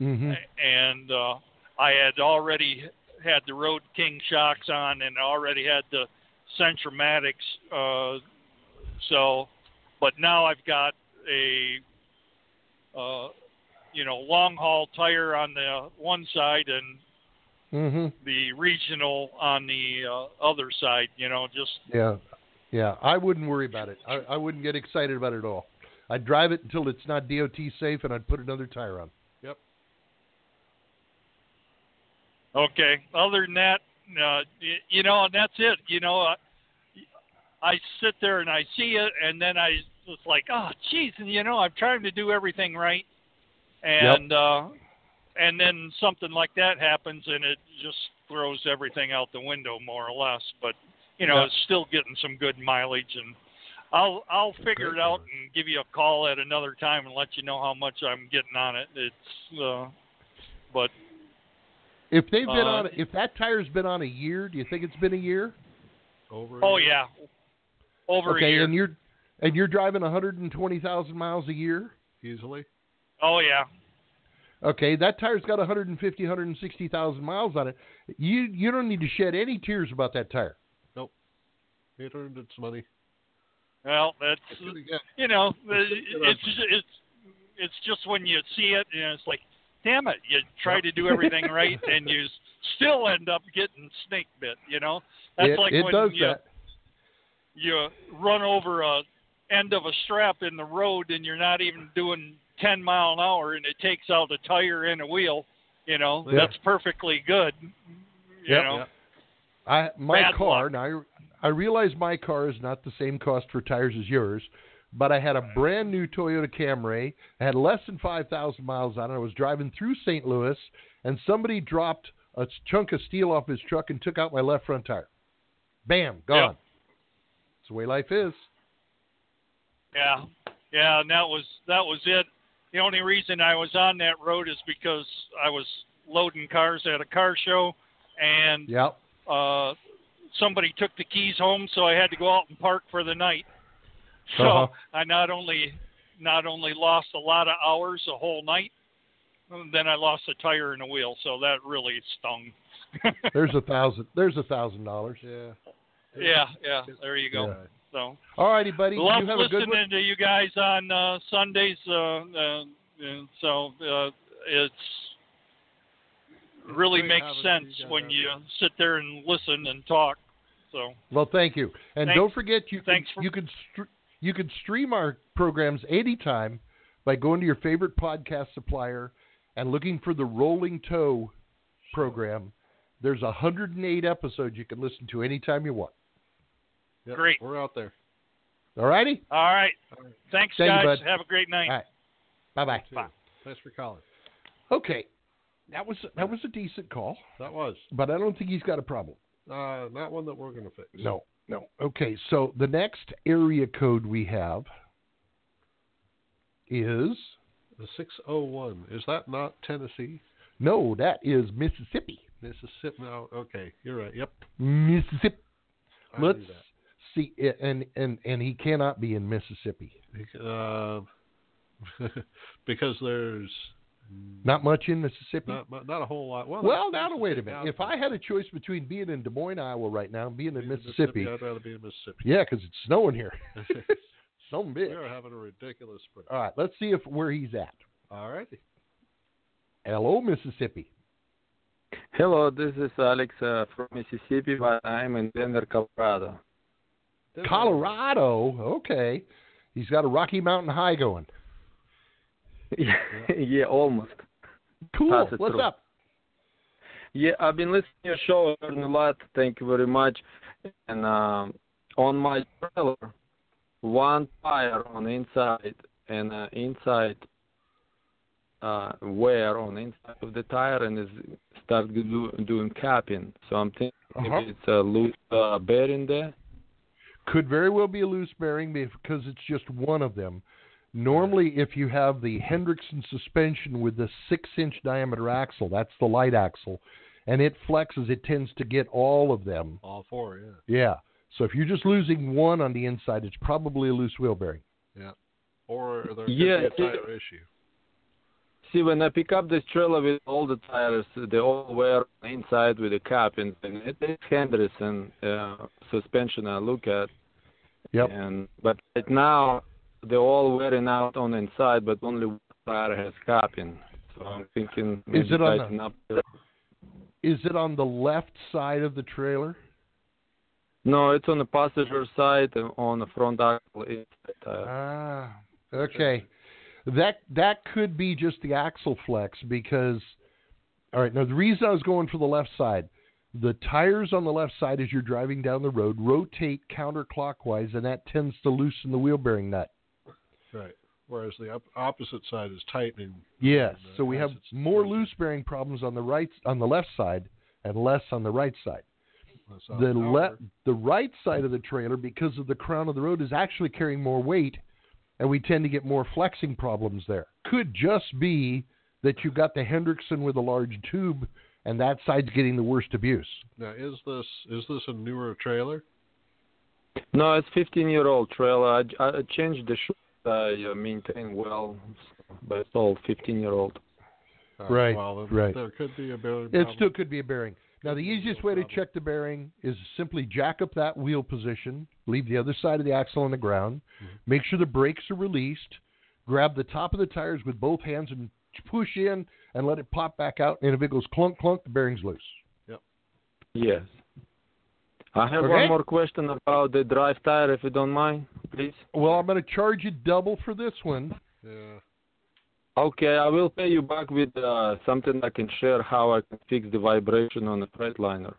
S2: Mhm.
S8: and uh, I had already had the Road King shocks on and already had the Centromatics. Uh, so, but now I've got a uh, you know long haul tire on the one side and
S2: Mhm.
S8: the regional on the uh, other side. You know, just
S2: Yeah, yeah. I wouldn't worry about it. I, I wouldn't get excited about it at all. I'd drive it until it's not DOT safe, and I'd put another tire on.
S8: Okay. Other than that, uh, y- you know, and that's it. You know, I, I sit there and I see it, and then I just like, oh, jeez, and you know, I'm trying to do everything right, and uh, and then something like that happens, and it just throws everything out the window, more or less. But you know,
S2: Yeah.
S8: it's still getting some good mileage, and I'll I'll figure it out and give you a call at another time and let you know how much I'm getting on it. It's uh, but
S2: If they've been
S8: Uh,
S2: on, if that tire's been on a year, do you think it's been a year?
S4: Over.
S8: Oh yeah, over
S2: okay,
S8: a year.
S2: and you're and you're driving 120,000 miles a year.
S4: Easily.
S8: oh yeah,
S2: Okay, that tire's got 150, 160,000 miles on it. You you don't need to shed any tears about that tire.
S4: It earned its money.
S8: Well, that's
S4: I should have got-
S8: you know,
S4: It's just that I'm-
S8: it's it's it's just when you see it, and it's like, damn it, you try to do everything right, and you s- still end up getting snake bit. You know, that's
S2: it
S8: like
S2: it
S8: when
S2: does
S8: you
S2: that.
S8: you run over a end of a strap in the road, and you're not even doing ten mile an hour, and it takes out a tire and a wheel. You know,
S2: Yeah.
S8: that's perfectly good. You
S2: Yep.
S8: know,
S2: I my
S8: Bad
S2: car,
S8: luck.
S2: now I I realize my car is not the same cost for tires as yours, but I had a brand new Toyota Camry. I had less than five thousand miles on it. I was driving through St. Louis, and somebody dropped a chunk of steel off his truck and took out my left front tire. Bam, gone. It's the way life is.
S8: Yeah, yeah, and that was that was it. The only reason I was on that road is because I was loading cars at a car show, and
S2: Yep.
S8: uh, somebody took the keys home, so I had to go out and park for the night. So
S2: Uh-huh.
S8: I not only not only lost a lot of hours, a whole night, and then I lost a tire and a wheel, so that really stung.
S2: There's a thousand. There's a thousand dollars. Yeah.
S8: yeah, yeah, there you go. So.
S2: All righty, buddy.
S8: Love
S2: you have a
S8: listening
S2: good one.
S8: to you guys on uh, Sundays. Uh, uh, and so uh, it's really
S4: great
S8: makes
S4: having
S8: sense
S4: you guys
S8: when
S4: on.
S8: you sit there and listen and talk. So
S2: Well, thank you, and
S8: Thanks-
S2: don't forget you can,
S8: thanks for-
S2: you can str- you can stream our programs anytime by going to your favorite podcast supplier and looking for the Rolling Toe program. There's 108 episodes you can listen to anytime you want.
S4: Yep,
S8: Great.
S4: We're out there.
S2: All righty,
S8: all right, thanks
S2: Thank you,
S8: guys.
S2: bud.
S8: Have a great night.
S2: All right. bye bye.
S4: too. Thanks for calling.
S2: Okay, that was that was a decent call,
S4: That was
S2: but I don't think he's got a problem.
S4: uh, not one that we're going to fix.
S2: No, no. Okay, so the next area code we have is
S4: The 601. Is that not Tennessee?
S2: no, that is Mississippi.
S4: Mississippi? No. Okay. You're right. Yep.
S2: Mississippi.
S4: I
S2: Let's
S4: knew that.
S2: see. And and and he cannot be in Mississippi.
S4: Bec- um, because there's
S2: Not much in Mississippi.
S4: not mu- not a whole lot. Well,
S2: well,
S4: there's
S2: now wait a
S4: Mississippi
S2: minute.
S4: out
S2: If
S4: there.
S2: I had a choice between being in Des Moines, Iowa, right now, and being in
S4: Being
S2: Mississippi,
S4: I'd rather be in Mississippi.
S2: yeah, because it's snowing here. Some
S4: we
S2: big.
S4: are having a ridiculous spring.
S2: All right, let's see if where he's at.
S4: All righty.
S2: Hello, Oh, Mississippi.
S9: Hello, this is Alex uh, from Mississippi, but I'm in Denver, Colorado.
S2: Colorado. Okay. He's got a Rocky Mountain High going.
S9: yeah, yeah, almost.
S2: Cool.
S9: Pass it
S2: What's
S9: through.
S2: up?
S9: Yeah, I've been listening to your show I learned a lot. Thank you very much. And um, on my trailer, one tire on the inside and uh, inside uh, wear on the inside of the tire and is start do, doing capping. So I'm thinking
S2: Uh-huh.
S9: maybe it's a loose uh, bearing there.
S2: could very well be a loose bearing because it's just one of them. Normally, if you have the Hendrickson suspension with the six inch diameter axle, that's the light axle, and it flexes, it tends to get all of them.
S4: All four. Yeah.
S2: Yeah. So if you're just losing one on the inside, it's probably a loose wheel bearing.
S4: Or there could
S9: Yeah,
S4: be a
S9: it-
S4: tire issue.
S9: See, when I pick up this trailer with all the tires, they all wear inside with the cap, and, and it is Henderson uh, suspension I look at.
S2: Yep.
S9: And but right now they're all wearing out on inside, but only one tire has capping. So I'm thinking maybe
S2: it on the-
S9: tighten up. the-
S2: Is it on the left side of the trailer?
S9: No, it's on the passenger side and on the front axle. inside tire.
S2: Ah, okay. That that could be just the axle flex because all right, now the reason I was going for the left side, the tires on the left side as you're driving down the road rotate counterclockwise and that tends to loosen the wheel bearing nut.
S4: Right. Whereas the op- opposite side is tightening.
S2: Yes.
S4: And, uh,
S2: So we
S4: as
S2: have
S4: it's
S2: more
S4: moving.
S2: loose bearing problems on the right on the left side and less on the right side.
S4: That's how
S2: the
S4: it
S2: le-
S4: works.
S2: the right side of the trailer because of the crown of the road is actually carrying more weight and we tend to get more flexing problems there could just be that you've got the hendrickson with a large tube and that side's getting the worst abuse
S4: Now, is this is this a newer trailer?
S9: No, it's 15 year old trailer. I, I changed the shoe. I uh, maintain well, but it's all 15 year old.
S4: Uh,
S2: Right,
S4: Well, then
S2: right.
S4: There could be a bearing.
S2: it
S4: problem.
S2: still could be a bearing Now, the easiest way to check the bearing is simply jack up that wheel position, leave the other side of the axle on the ground, make sure the brakes are released, grab the top of the tires with both hands and push in and let it pop back out. And if it goes clunk, clunk, the bearing's loose.
S9: Yes. I have
S2: Okay.
S9: one more question about the drive tire, if you don't mind, please.
S2: Well, I'm going to charge you double for this one.
S4: Yeah.
S9: Okay, I will pay you back with uh, something I can share how I can fix the vibration on the Freightliner.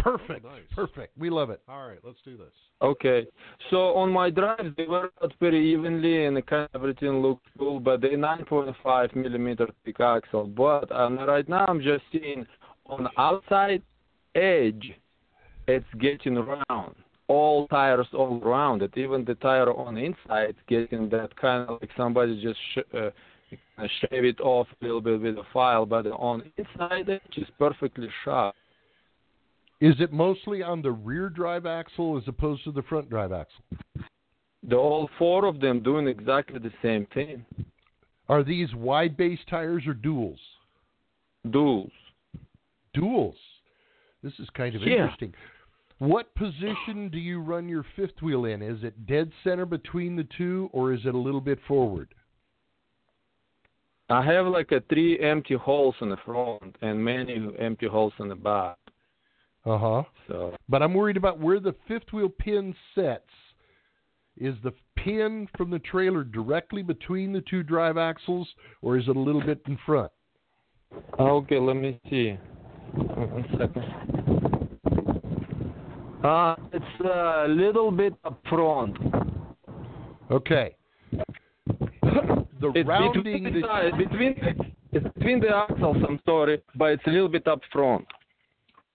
S2: Perfect.
S4: Oh, Nice.
S2: Perfect. We love it.
S4: All right, let's do this.
S9: Okay, so on my drives they were out very evenly and kind of everything looked cool, but the 9.5 millimeter thick axle. But um, right now I'm just seeing on the outside edge, it's getting round. All tires all round. It even the tire on the inside getting that kind of like somebody just sh- uh, kinda shave it off a little bit with a file, but on inside edge is perfectly sharp.
S2: Is it mostly on the rear drive axle as opposed to the front drive axle?
S9: The all four of them doing exactly the same thing.
S2: Are these wide base tires or duals?
S9: Duels.
S2: Duals. This is kind of
S9: Yeah.
S2: interesting. What position do you run your fifth wheel in? Is it dead center between the two or is it a little bit forward?
S9: I have like a three empty holes in the front and many empty holes in the back.
S2: Uh huh.
S9: So
S2: But I'm worried about where the fifth wheel pin sets. Is the pin from the trailer directly between the two drive axles or is it a little bit in front?
S9: okay, let me see. One second. Uh, it's a little bit up front.
S2: Okay. The
S9: It's
S2: rounding
S9: between, the,
S2: that
S9: side- between it's between the axles. I'm sorry, but it's a little bit up front.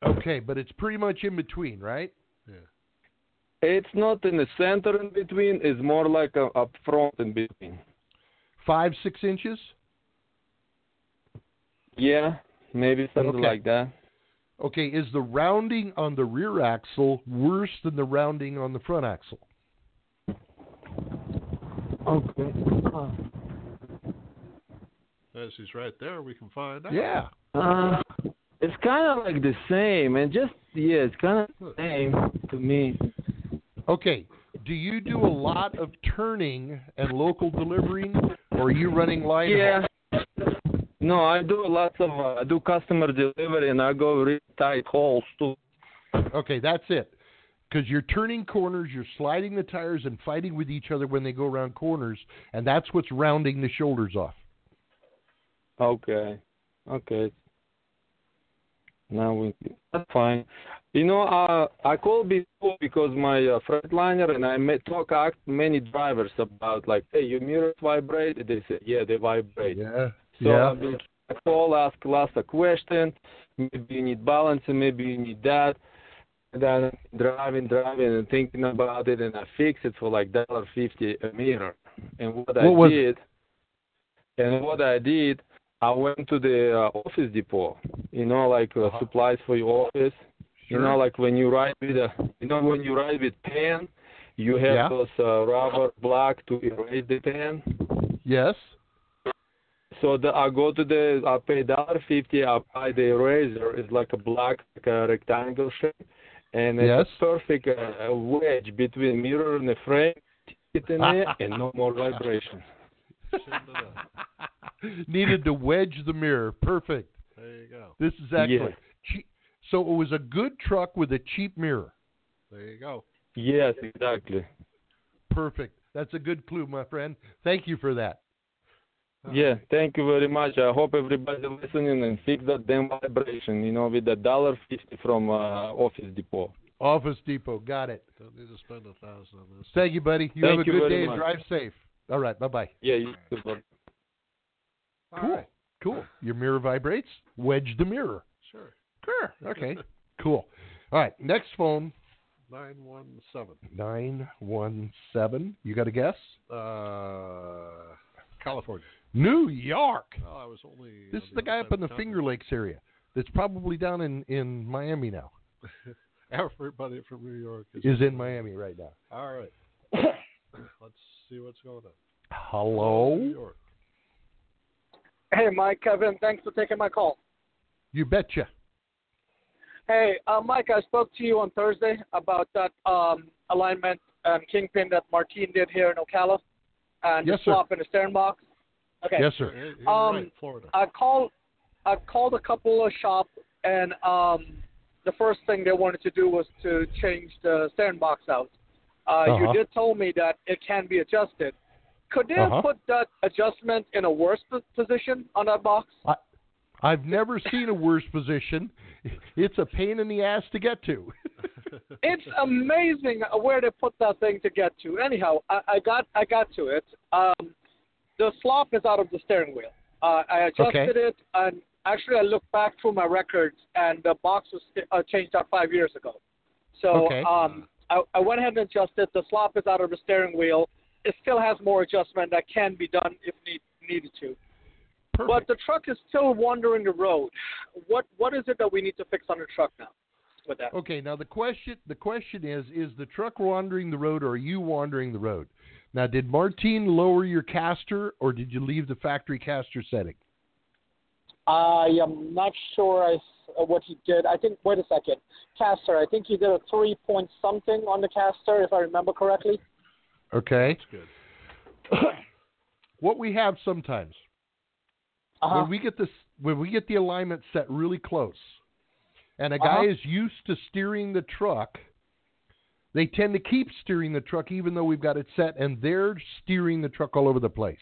S2: Okay, but it's pretty much in between, right?
S9: It's not in the center in between. It's more like a, up front in between.
S2: Five, six inches?
S9: Yeah, maybe something
S2: Okay.
S9: like that.
S2: Okay, is the rounding on the rear axle worse than the rounding on the front axle?
S9: Okay.
S4: As he's right there, we can find out.
S2: Yeah.
S9: Uh, it's kind of like the same, and just yeah, it's kind of the same to me.
S2: Okay, do you do a lot of turning and local delivering, or are you running line haul?
S9: Yeah. No, I do lots of uh, I do customer delivery, and I go really tight holes too.
S2: Okay, that's it. Because you're turning corners, you're sliding the tires and fighting with each other when they go around corners, and that's what's rounding the shoulders off.
S9: Okay. Okay. Now we that's fine. You know, uh, I called before because my uh, Freightliner and I met, talk act many drivers about like, hey, your mirrors vibrate. They say, yeah, they vibrate.
S2: Yeah.
S9: So I've been trying to call, ask last a question. Maybe you need balancing, maybe you need that. And then driving, driving, and thinking about it, and I fix it for like dollar fifty a mirror. And what, I
S2: What was-
S9: did, and what I did, I went to the uh, office depot. You know, like uh,
S2: Uh-huh.
S9: supplies for your office. You know, like when you write with a, you know, when you write with pen, you have
S2: Yeah.
S9: those uh, rubber black to erase the pen.
S2: Yes.
S9: So the, I go to the, I pay dollar fifty. I buy the eraser. It's like a black, like a rectangle shape, and it's
S2: Yes.
S9: a perfect uh, wedge between mirror and the frame. It in there, and no more vibration.
S2: Needed to wedge the mirror. Perfect.
S4: There you go.
S2: This is excellent. Che- So it was a good truck with a cheap mirror.
S4: There you go.
S9: Yes, exactly.
S2: Perfect. That's a good clue, my friend. Thank you for that.
S9: Yeah, thank you very much. I hope everybody listening and fix that damn vibration. You know, with the dollar fifty from uh, Office Depot.
S2: Office Depot. Got it.
S4: Don't need to spend a thousand on this.
S2: Thank you, buddy. You
S9: Thank
S2: have a
S9: you very
S2: good day and
S9: much.
S2: drive safe. All right. Bye bye.
S9: Yeah, you too, bud.
S2: Cool. Cool. Your mirror vibrates. Wedge the mirror.
S4: Sure.
S2: Sure. Okay. cool. All right. Next phone.
S4: Nine one seven.
S2: Nine one seven. You got a guess?
S4: Uh, California.
S2: New York.
S4: Oh, I was only.
S2: This
S4: on
S2: is the guy
S4: other
S2: up in
S4: side
S2: the
S4: of town.
S2: Finger Lakes area. That's probably down in in Miami now.
S4: Everybody from New York is.
S2: Is in Miami right now.
S4: All right. Let's see what's going on. New
S2: Hello.
S4: York.
S7: Hey, Mike, Kevin, thanks for taking my call.
S2: You betcha.
S10: Hey, uh, Mike, I spoke to you on Thursday about that um, alignment um, kingpin that Martin did here in Ocala, and
S2: Yes,
S10: the
S2: sir.
S10: swap in the stern box. Okay.
S2: Yes, sir.
S4: You're
S10: Um,
S4: right, Florida.
S10: I called I called a couple of shop and um the first thing they wanted to do was to change the sandbox out. Uh,
S2: Uh-huh.
S10: You did tell me that it can be adjusted. Could they
S2: Uh-huh.
S10: have put that adjustment in a worse p- position on that box?
S2: I've never seen a worse position. It's a pain in the ass to get to.
S10: It's amazing where they put that thing to get to. Anyhow, I, I got I got to it. Um, the slop is out of the steering wheel. Uh, I adjusted it, and actually I looked back through my records, and the box was uh, changed out five years ago. So
S2: Okay.
S10: um, I, I went ahead and adjusted. The slop is out of the steering wheel. It still has more adjustment that can be done if need, needed to. But
S2: Perfect.
S10: the truck is still wandering the road. What what is it that we need to fix on the truck now? With that.
S2: Okay, now the question the question is is the truck wandering the road or are you wandering the road? Now did Martine lower your caster or did you leave the factory caster setting?
S10: I am not sure I s uh, what he did. I think, wait a second. Caster, I think you did a three point something on the caster, if I remember correctly.
S2: Okay.
S4: good.
S2: What we have sometimes
S10: Uh-huh.
S2: when we get this when we get the alignment set really close and a guy
S10: Uh-huh.
S2: is used to steering the truck they tend to keep steering the truck even though we've got it set and they're steering the truck all over the place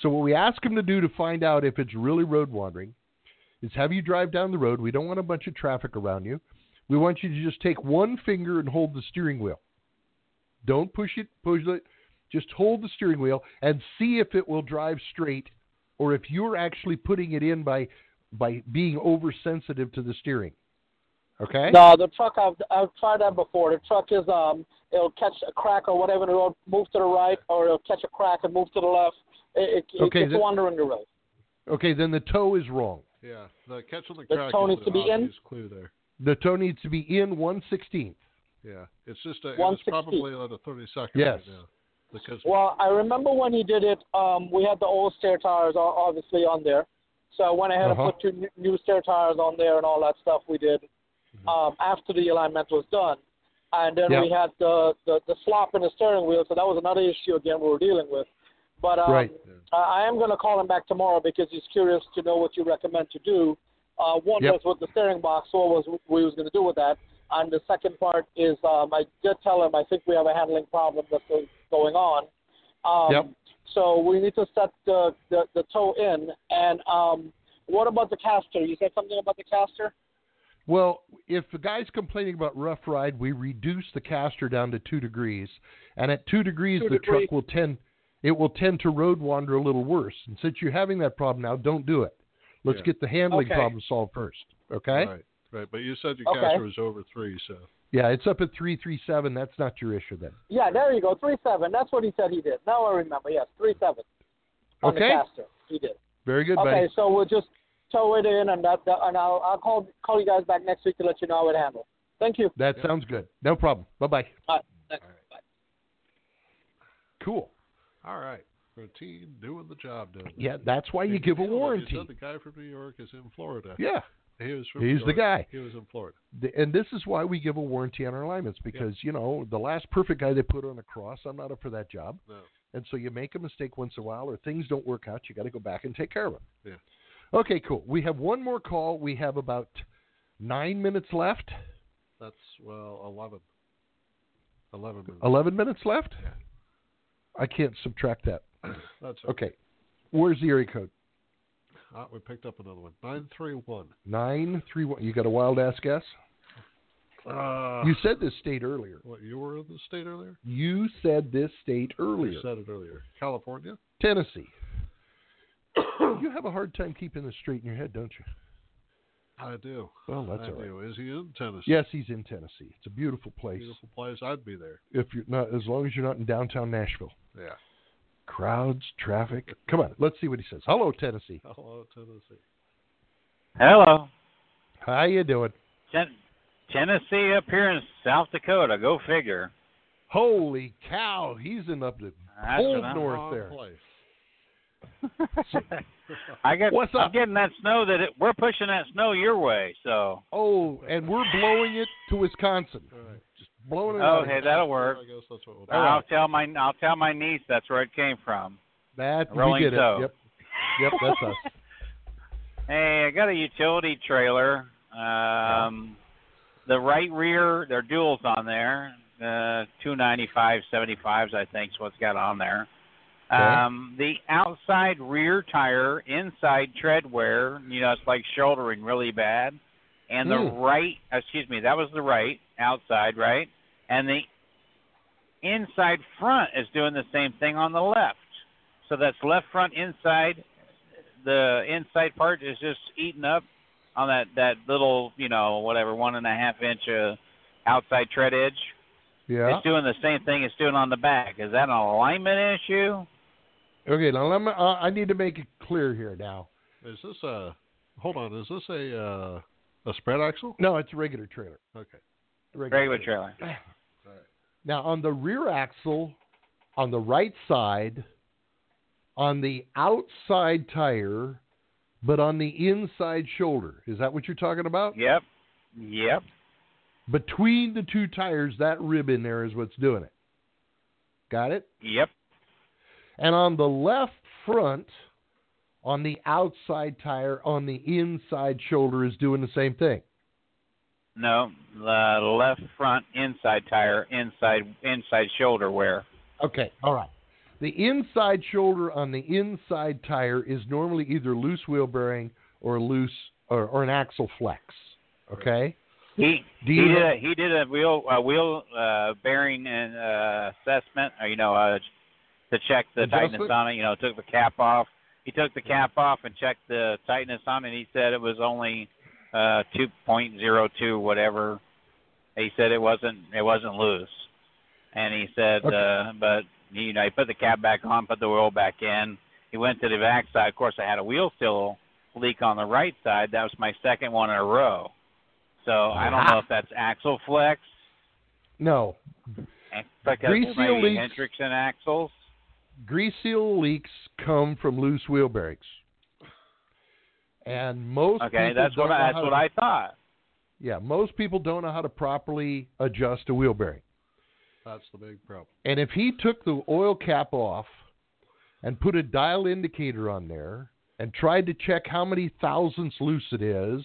S2: so what we ask them to do to find out if it's really road wandering is have you drive down the road we don't want a bunch of traffic around you we want you to just take one finger and hold the steering wheel don't push it push it just hold the steering wheel and see if it will drive straight or if you're actually putting it in by by being oversensitive to the steering. Okay?
S10: No, the truck, I've, I've tried that before. The truck is, um, it'll catch a crack or whatever in the road, move to the right, or it'll catch a crack and move to the left. It, it,
S2: Okay,
S10: it's
S2: that-
S10: wandering the road.
S2: Okay, then the toe is wrong.
S4: Yeah, the catch on the
S10: The
S4: crack
S10: toe
S4: is
S10: needs
S4: an
S10: to be in?
S4: obvious clue there.
S2: The toe needs to be in 116th.
S4: Yeah, it's just a, it was
S10: 160.
S4: probably on a 30 second
S2: Yes.
S4: right now because
S10: Well, I remember when he did it, um, we had the old stair tires o- obviously on there. So I went ahead
S2: Uh-huh.
S10: and put two new- new stair tires on there and all that stuff we did um, after the alignment was done. And then
S2: Mm-hmm. Yeah.
S10: we had the, the, the slop in the steering wheel, so that was another issue again we were dealing with. But um,
S2: Right.
S10: I I am going to call him back tomorrow because he's curious to know what you recommend to do. Uh, one
S2: Yep.
S10: was with the steering box, what was what we was going to do with that, and the second part is um, I did tell him I think we have a handling problem that's go- going on. Um,
S2: Yep.
S10: So we need to set the, the, the toe in. And um, what about the caster? You said something about the caster?
S2: Well, if the guy's complaining about rough ride, we reduce the caster down to 2 degrees, and at 2 degrees
S10: Two
S2: the
S10: degrees.
S2: truck will tend it will tend to road wander a little worse. And since you're having that problem now, don't do it. Let's
S4: Yeah.
S2: get the handling
S10: Okay.
S2: problem solved first, okay?
S4: right, right. But you said your
S10: Okay.
S4: caster was over three, so
S2: Yeah, it's up at 337. That's not your issue then.
S10: Yeah, there you go. Three seven. That's what he said he did. Now I remember. Yes, three seven on
S2: Okay.
S10: the caster. He did.
S2: Very good, buddy.
S10: okay, so we'll just tow it in, and that, that and I'll, I'll call call you guys back next week to let you know how it handled. Thank you.
S2: That sounds good. No problem. Bye bye.
S10: All right. Thanks. Bye.
S2: Cool.
S4: all right, routine doing the job. Doing
S2: Yeah, that's why you give a warranty.
S4: You said the guy from New York is in Florida.
S2: Yeah,
S4: He was from
S2: he's the
S4: Florida.
S2: guy.
S4: He was in Florida.
S2: The- And this is why we give a warranty on our alignments because, you know, the last perfect guy they put on the cross, I'm not up for that job.
S4: No.
S2: And so you make a mistake once in a while or things don't work out, you got to go back and take care of them.
S4: Yeah.
S2: Okay, cool. We have one more call. We have about nine minutes left,
S4: That's well, eleven. Eleven minutes.
S2: 11 minutes left.
S4: Yeah.
S2: I can't subtract that.
S4: That's it.
S2: Okay. Where's the area code?
S4: Ah, we picked up another one. Nine three one.
S2: 931. You got a wild ass guess?
S4: Uh,
S2: You said this state earlier.
S4: what? You were in the state earlier.
S2: You said this state
S4: You
S2: earlier.
S4: said it earlier. California.
S2: Tennessee. you have a hard time keeping this straight in your head, don't you?
S4: I do.
S2: Well, that's
S4: I
S2: all right.
S4: do. Is he in Tennessee?
S2: Yes, he's in Tennessee. It's a beautiful place.
S4: Beautiful place. I'd be there.
S2: If you're not, as long as you're not in downtown Nashville.
S4: Yeah.
S2: Crowds, traffic. Come on, let's see what he says. Hello, Tennessee.
S4: Hello, Tennessee.
S11: Hello.
S2: How you doing?
S11: Ten- Tennessee up here in South Dakota. Go figure.
S2: Holy cow, he's in up the
S11: That's
S2: cold
S11: what I'm-
S2: north
S4: Wrong
S2: there.
S4: place.
S11: I get,
S2: What's
S11: I'm getting that snow that it, we're pushing that snow your way. So
S2: Oh, and we're blowing it to Wisconsin. Just blowing it. out.
S11: okay, that'll work.
S4: I guess that's what we'll do.
S2: All
S11: I'll
S2: right.
S11: tell my I'll tell my niece that's where it came from.
S2: That
S11: Rolling
S2: we get
S11: toe.
S2: it. Yep. Yep, that's us.
S11: Hey, I got a utility trailer. Um, the right rear, there are duals on there. Uh, 295 75s, I think, is what's got on there.
S12: Okay.
S11: Um, the outside rear tire, inside tread wear, you know, it's like shouldering really bad. And the
S12: Hmm.
S11: right, excuse me, that was the right, outside, right? And the inside front is doing the same thing on the left. So that's left front inside. The inside part is just eaten up on that that little you know whatever one and a half inch uh, outside tread edge.
S2: Yeah.
S11: It's doing the same thing it's doing on the back. Is that an alignment issue?
S2: Okay, now let me, uh, I need to make it clear here now.
S4: Is this a hold on? Is this a uh, a spread axle?
S2: No, it's a regular trailer.
S4: Okay.
S11: Regular trailer.
S2: Now, on the rear axle, on the right side, on the outside tire, but on the inside shoulder. Is that what you're talking about?
S11: Yep. Yep.
S2: Between the two tires, that ribbon there is what's doing it. Got it?
S11: Yep.
S2: And on the left front, on the outside tire, on the inside shoulder is doing the same thing.
S11: No. The left front inside tire, inside inside shoulder wear.
S2: Okay, all right. The inside shoulder on the inside tire is normally either loose wheel bearing or loose or, or an axle flex. Okay.
S11: He
S2: Do
S11: he
S2: you-
S11: did a, he did a wheel a wheel uh, bearing and uh, assessment, or you know, uh, to check the tightness
S2: Adjustment?
S11: on it. You know, took the cap off. He took the cap off and checked the tightness on it. He said it was only uh, 2.02 whatever. He said it wasn't it wasn't loose, and he said, uh, but you know, he put the cap back on, put the wheel back in. He went to the back side. Of course, I had a wheel still leak on the right side. That was my second one in a row. So I don't know if that's axle flex
S2: No.
S11: because
S2: Grease seal
S11: maybe
S2: leaks.
S11: Hendrickson axles.
S2: Grease seal leaks come from loose wheel bearings. And most
S11: Okay,
S2: people
S11: that's
S2: don't
S11: what
S2: know
S11: I,
S2: how
S11: that's what
S2: to-
S11: I thought.
S2: Yeah, most people don't know how to properly adjust a wheel bearing.
S4: That's the big problem.
S2: And if he took the oil cap off and put a dial indicator on there and tried to check how many thousandths loose it is,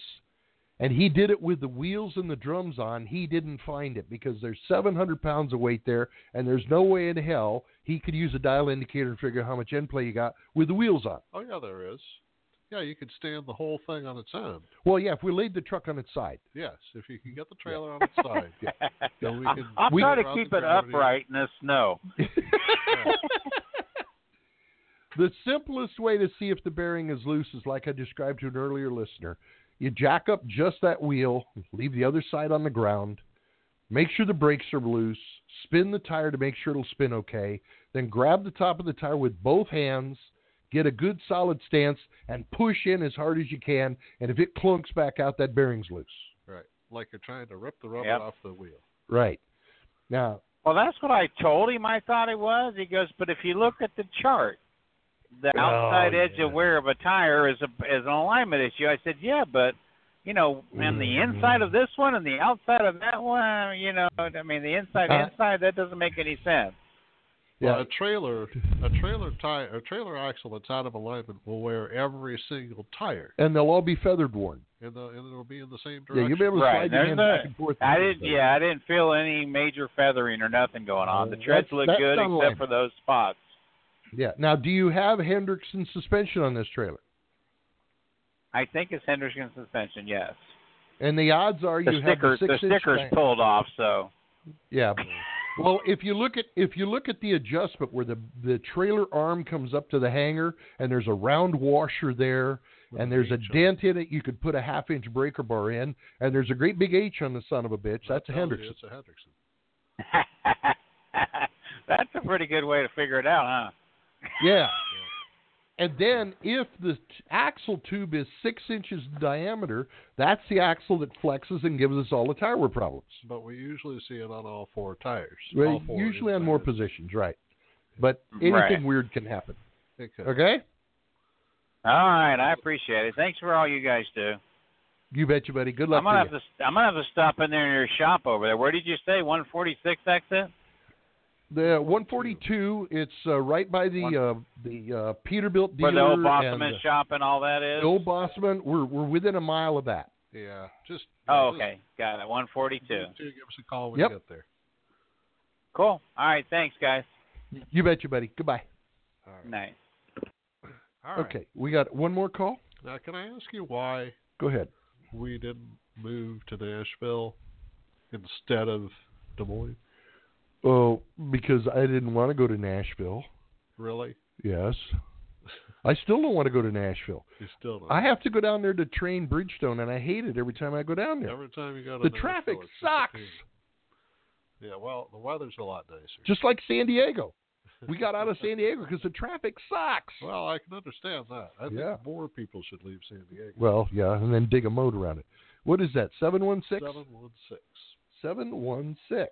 S2: and he did it with the wheels and the drums on, he didn't find it because there's 700 pounds of weight there, and there's no way in hell he could use a dial indicator and figure out how much end play you got with the wheels on.
S4: Oh yeah, there is. Yeah, you could stand the whole thing on its own.
S2: Well, yeah, if we laid the truck on its side.
S4: Yes, if you can get the trailer on its side. Then we can
S11: I'll
S2: We-
S11: try to
S4: throw out
S11: keep
S4: the
S11: it
S4: gravity.
S11: upright in the snow.
S2: The simplest way to see if the bearing is loose is like I described to an earlier listener. You jack up just that wheel, leave the other side on the ground, make sure the brakes are loose, spin the tire to make sure it'll spin okay, then grab the top of the tire with both hands, get a good solid stance, and push in as hard as you can. And if it clunks back out, that bearing's loose.
S4: Right, like you're trying to rip the rubber
S11: Yep.
S4: off the wheel.
S2: Right. Now,
S11: Well, that's what I told him. I thought it was. He goes, but if you look at the chart, the
S2: Oh,
S11: outside edge
S2: yeah.
S11: of wear of a tire is a is an alignment issue. I said, yeah, but you know, and the
S2: Mm-hmm.
S11: inside of this one and the outside of that one, you know, I mean, the inside
S2: Uh.
S11: inside that doesn't make any sense.
S4: Well,
S2: Yeah.
S4: a trailer, a trailer tire, a trailer axle that's out of alignment will wear every single tire,
S2: and they'll all be feathered worn.
S4: and, the, and it'll be in the same direction.
S2: Yeah, you'll be able to
S11: Right.
S2: slide your hand
S11: there's a-
S2: back and forth.
S11: I didn't. Yeah, I didn't feel any major feathering or nothing going on. The
S2: Uh,
S11: treads
S2: that's-
S11: look
S2: that's
S11: good
S2: not
S11: except
S2: alignment.
S11: for those spots.
S2: Yeah. Now, do you have Hendrickson suspension on this trailer?
S11: I think it's Henderson suspension. Yes.
S2: And the odds are
S11: The
S2: you
S11: sticker,
S2: have the
S11: the
S2: six inch
S11: sticker's
S2: span-
S11: pulled off, so
S2: Yeah. Well, if you look at if you look at the adjustment where the the trailer arm comes up to the hanger and there's a round washer there and there's a dent in it, you could put a half inch breaker bar in and there's a great big H on the son of a bitch. That's a
S4: Tells you
S2: Hendrickson.
S4: It's Oh, a Hendrickson.
S11: that's a pretty good way to figure it out,
S2: Yeah. And then if the t- axle tube is six inches in diameter, that's the axle that flexes and gives us all the tire wear problems.
S4: But we usually see it on all four tires.
S2: Well,
S4: all four
S2: usually on more positions, right? But anything
S11: Right.
S2: weird can happen.
S4: It could.
S2: Okay.
S11: All right, I appreciate it. Thanks for all you guys do.
S2: You bet you, buddy. Good luck.
S11: I'm gonna
S2: to
S11: have to. I'm gonna have to stop in there in your shop over there. Where did you say? 146 exit.
S2: you. The 142. It's uh, right by the uh, the uh, Peterbilt dealer.
S11: Where the old
S2: and,
S11: Bosman
S2: uh,
S11: shop and all that is.
S2: the old Bossman. We're we're within a mile of that.
S4: Yeah. Just.
S11: Oh, okay. Got it. 142.
S4: Give us a call
S2: when you Yep. get
S4: there.
S11: Cool. All right. Thanks, guys.
S2: You bet you, buddy. Goodbye.
S11: Nice.
S4: All right.
S2: Okay, we got one more call.
S4: Now, can I ask you why
S2: Go ahead.
S4: we didn't move to Nashville instead of Des Moines?
S2: Oh, because I didn't want to go to Nashville.
S4: Really?
S2: Yes. I still don't want to go to Nashville.
S4: You still don't.
S2: I have to go down there to train Bridgestone, and I hate it every time I go down there.
S4: Every time you go to
S2: The
S4: Nashville,
S2: traffic
S4: it's just a
S2: sucks,
S4: pain. Yeah. Well, the weather's a lot nicer.
S2: just like San Diego. We got out of San Diego because the traffic sucks.
S4: Well, I can understand that. I think
S2: Yeah.
S4: more people should leave San Diego.
S2: Well, yeah, and then dig a moat around it. What is that? 716?
S4: Seven one six
S2: 716.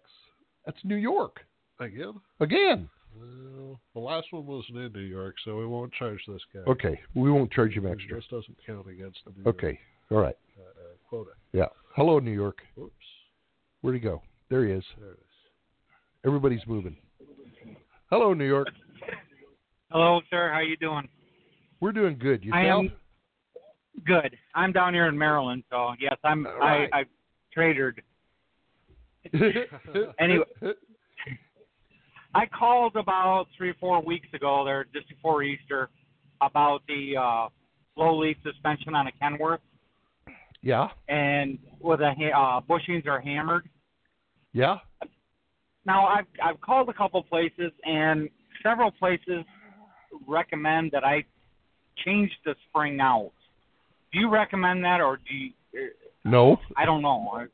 S2: That's New York
S4: again.
S2: again.
S4: Well, the last one wasn't in New York, so we won't charge this guy.
S2: Okay, we won't charge him
S4: Because
S2: extra.
S4: This doesn't count against the New
S2: Okay, all right.
S4: York, uh, uh, quota.
S2: Yeah. Hello, New York.
S4: Oops,
S2: Where'd he go? There he is.
S4: there it is.
S2: Everybody's moving. Hello, New York.
S12: Hello, sir. How you doing?
S2: We're doing good. Yourself?
S12: I am good. I'm down here in Maryland, so yes, I'm.
S2: All right.
S12: I, I tradered. Anyway. I called about three or four weeks ago, there just before Easter, about the uh, low leaf suspension on a Kenworth,
S2: Yeah.
S12: and with the ha- uh, bushings are hammered.
S2: Yeah.
S12: Now I've I've called a couple places and several places recommend that I change the spring out. Do you recommend that or do you, uh,
S2: No.
S12: I don't know. Uh,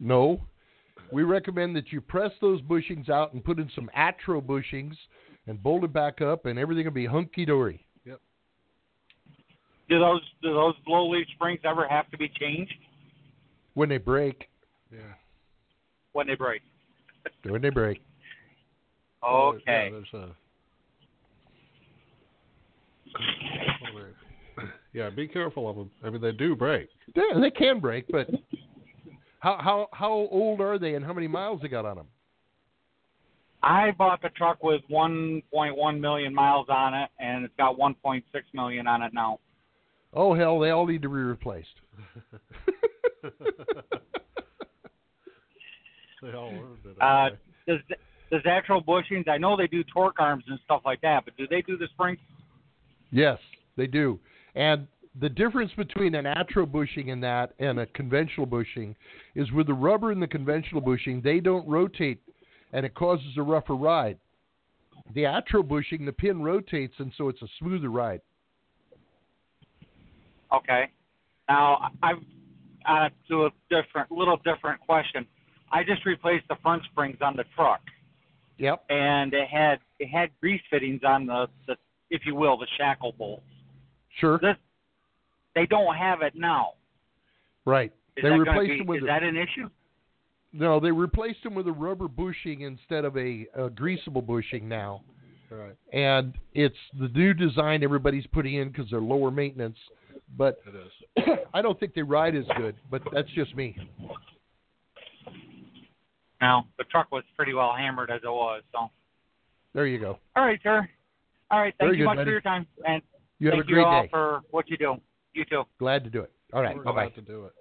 S2: No. We recommend that you press those bushings out and put in some atro bushings and bolt it back up, and everything will be hunky dory.
S12: Do those do those low leaf springs ever have to be changed
S2: When they break,
S4: Yeah.
S12: when they break?
S2: when they break.
S4: Oh, there's-
S12: Okay.
S4: Yeah, there's a. Hold on. Yeah, be careful of them. I mean, they do break.
S2: They, they can break, but how how how old are they and how many miles they got on them?
S12: I bought the truck with 1.1 million miles on it, and it's got 1.6 million on it now.
S2: Oh hell, they all need to be replaced.
S4: They all learned it.
S12: Uh,
S4: okay.
S12: does does actual bushings? I know they do torque arms and stuff like that, but do they do the springs?
S2: Yes, they do. And the difference between an atro bushing and that and a conventional bushing is with the rubber in the conventional bushing, they don't rotate and it causes a rougher ride. The atro bushing, the pin rotates and so it's a smoother ride.
S12: Okay. Now I've uh, to a different, little different question. I just replaced the front springs on the truck,
S2: Yep.
S12: and it had it had grease fittings on the, the if you will, the shackle bolts.
S2: Sure.
S12: This, they don't have it now.
S2: right.
S12: Is
S2: They
S12: that gonna
S2: replaced
S12: be,
S2: them with
S12: is
S2: a-
S12: that an issue?
S2: no, they replaced them with a rubber bushing instead of a, a greasable bushing now.
S4: All right.
S2: And it's the new design everybody's putting in because they're lower maintenance, but
S4: It is.
S2: I don't think they ride as good. But that's just me.
S12: No, the truck was pretty well hammered as it was. So,
S2: There you go.
S12: all right, sir. All right, thank
S2: Very
S12: you
S2: good,
S12: much
S2: buddy.
S12: for your time, and
S2: You have
S12: thank
S2: a great
S12: you all
S2: day.
S12: for what you do. You too.
S2: Glad to do it. All right.
S4: We're
S2: Bye bye.
S4: glad to do it.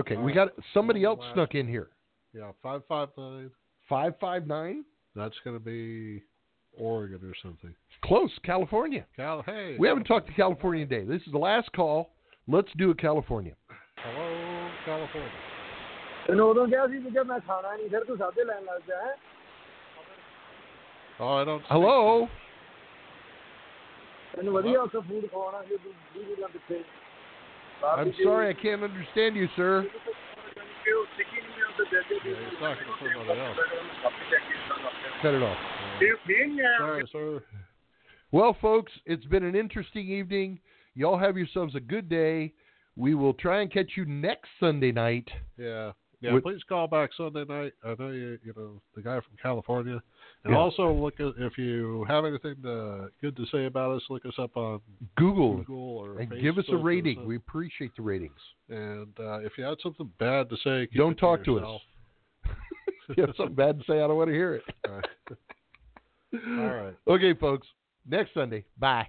S2: Okay, we got somebody else
S4: Wow.
S2: snuck in here.
S4: Yeah, five five nine.
S2: Five five nine.
S4: That's going to be Oregon or something.
S2: Close, California.
S4: Cal, hey.
S2: We haven't talked to California today. This is the last call. Let's do a California.
S4: Hello, California.
S10: विनोदों क्या सी मुझे मैं खाना नहीं sir तू सादे line लग जाए
S4: Oh, I don't. speak-
S2: Hello.
S10: ਤੈਨੂੰ ਵਧੀਆ ਉੱਥੇ ਫੂਡ ਖਵਾਉਣਾ ਸੀ ਦੂਜੀ ਦੂਜੀ ਪਿੱਛੇ
S2: I'm sorry I can't understand you, sir.
S4: Yeah, he's talking to somebody else.
S2: Cut it off.
S4: Sorry, sir.
S2: Well, folks, it's been an interesting evening. Y'all have yourselves a good day. We will try and catch you next Sunday night.
S4: Yeah. Yeah,
S2: Would-
S4: please call back Sunday night. I know you, you know, the guy from California And
S2: Yeah.
S4: also look at if you have anything to, good to say about us, look us up on
S2: Google,
S4: Google or
S2: and give us
S4: Facebook uh,
S2: a
S4: or
S2: rating.
S4: something.
S2: We appreciate the ratings.
S4: And uh, if you had something bad to say, keep
S2: Don't
S4: it
S2: talk to us.
S4: yourself.
S2: If you have something bad to say, I don't want to hear it.
S4: All right.
S2: Okay, folks. Next Sunday. Bye.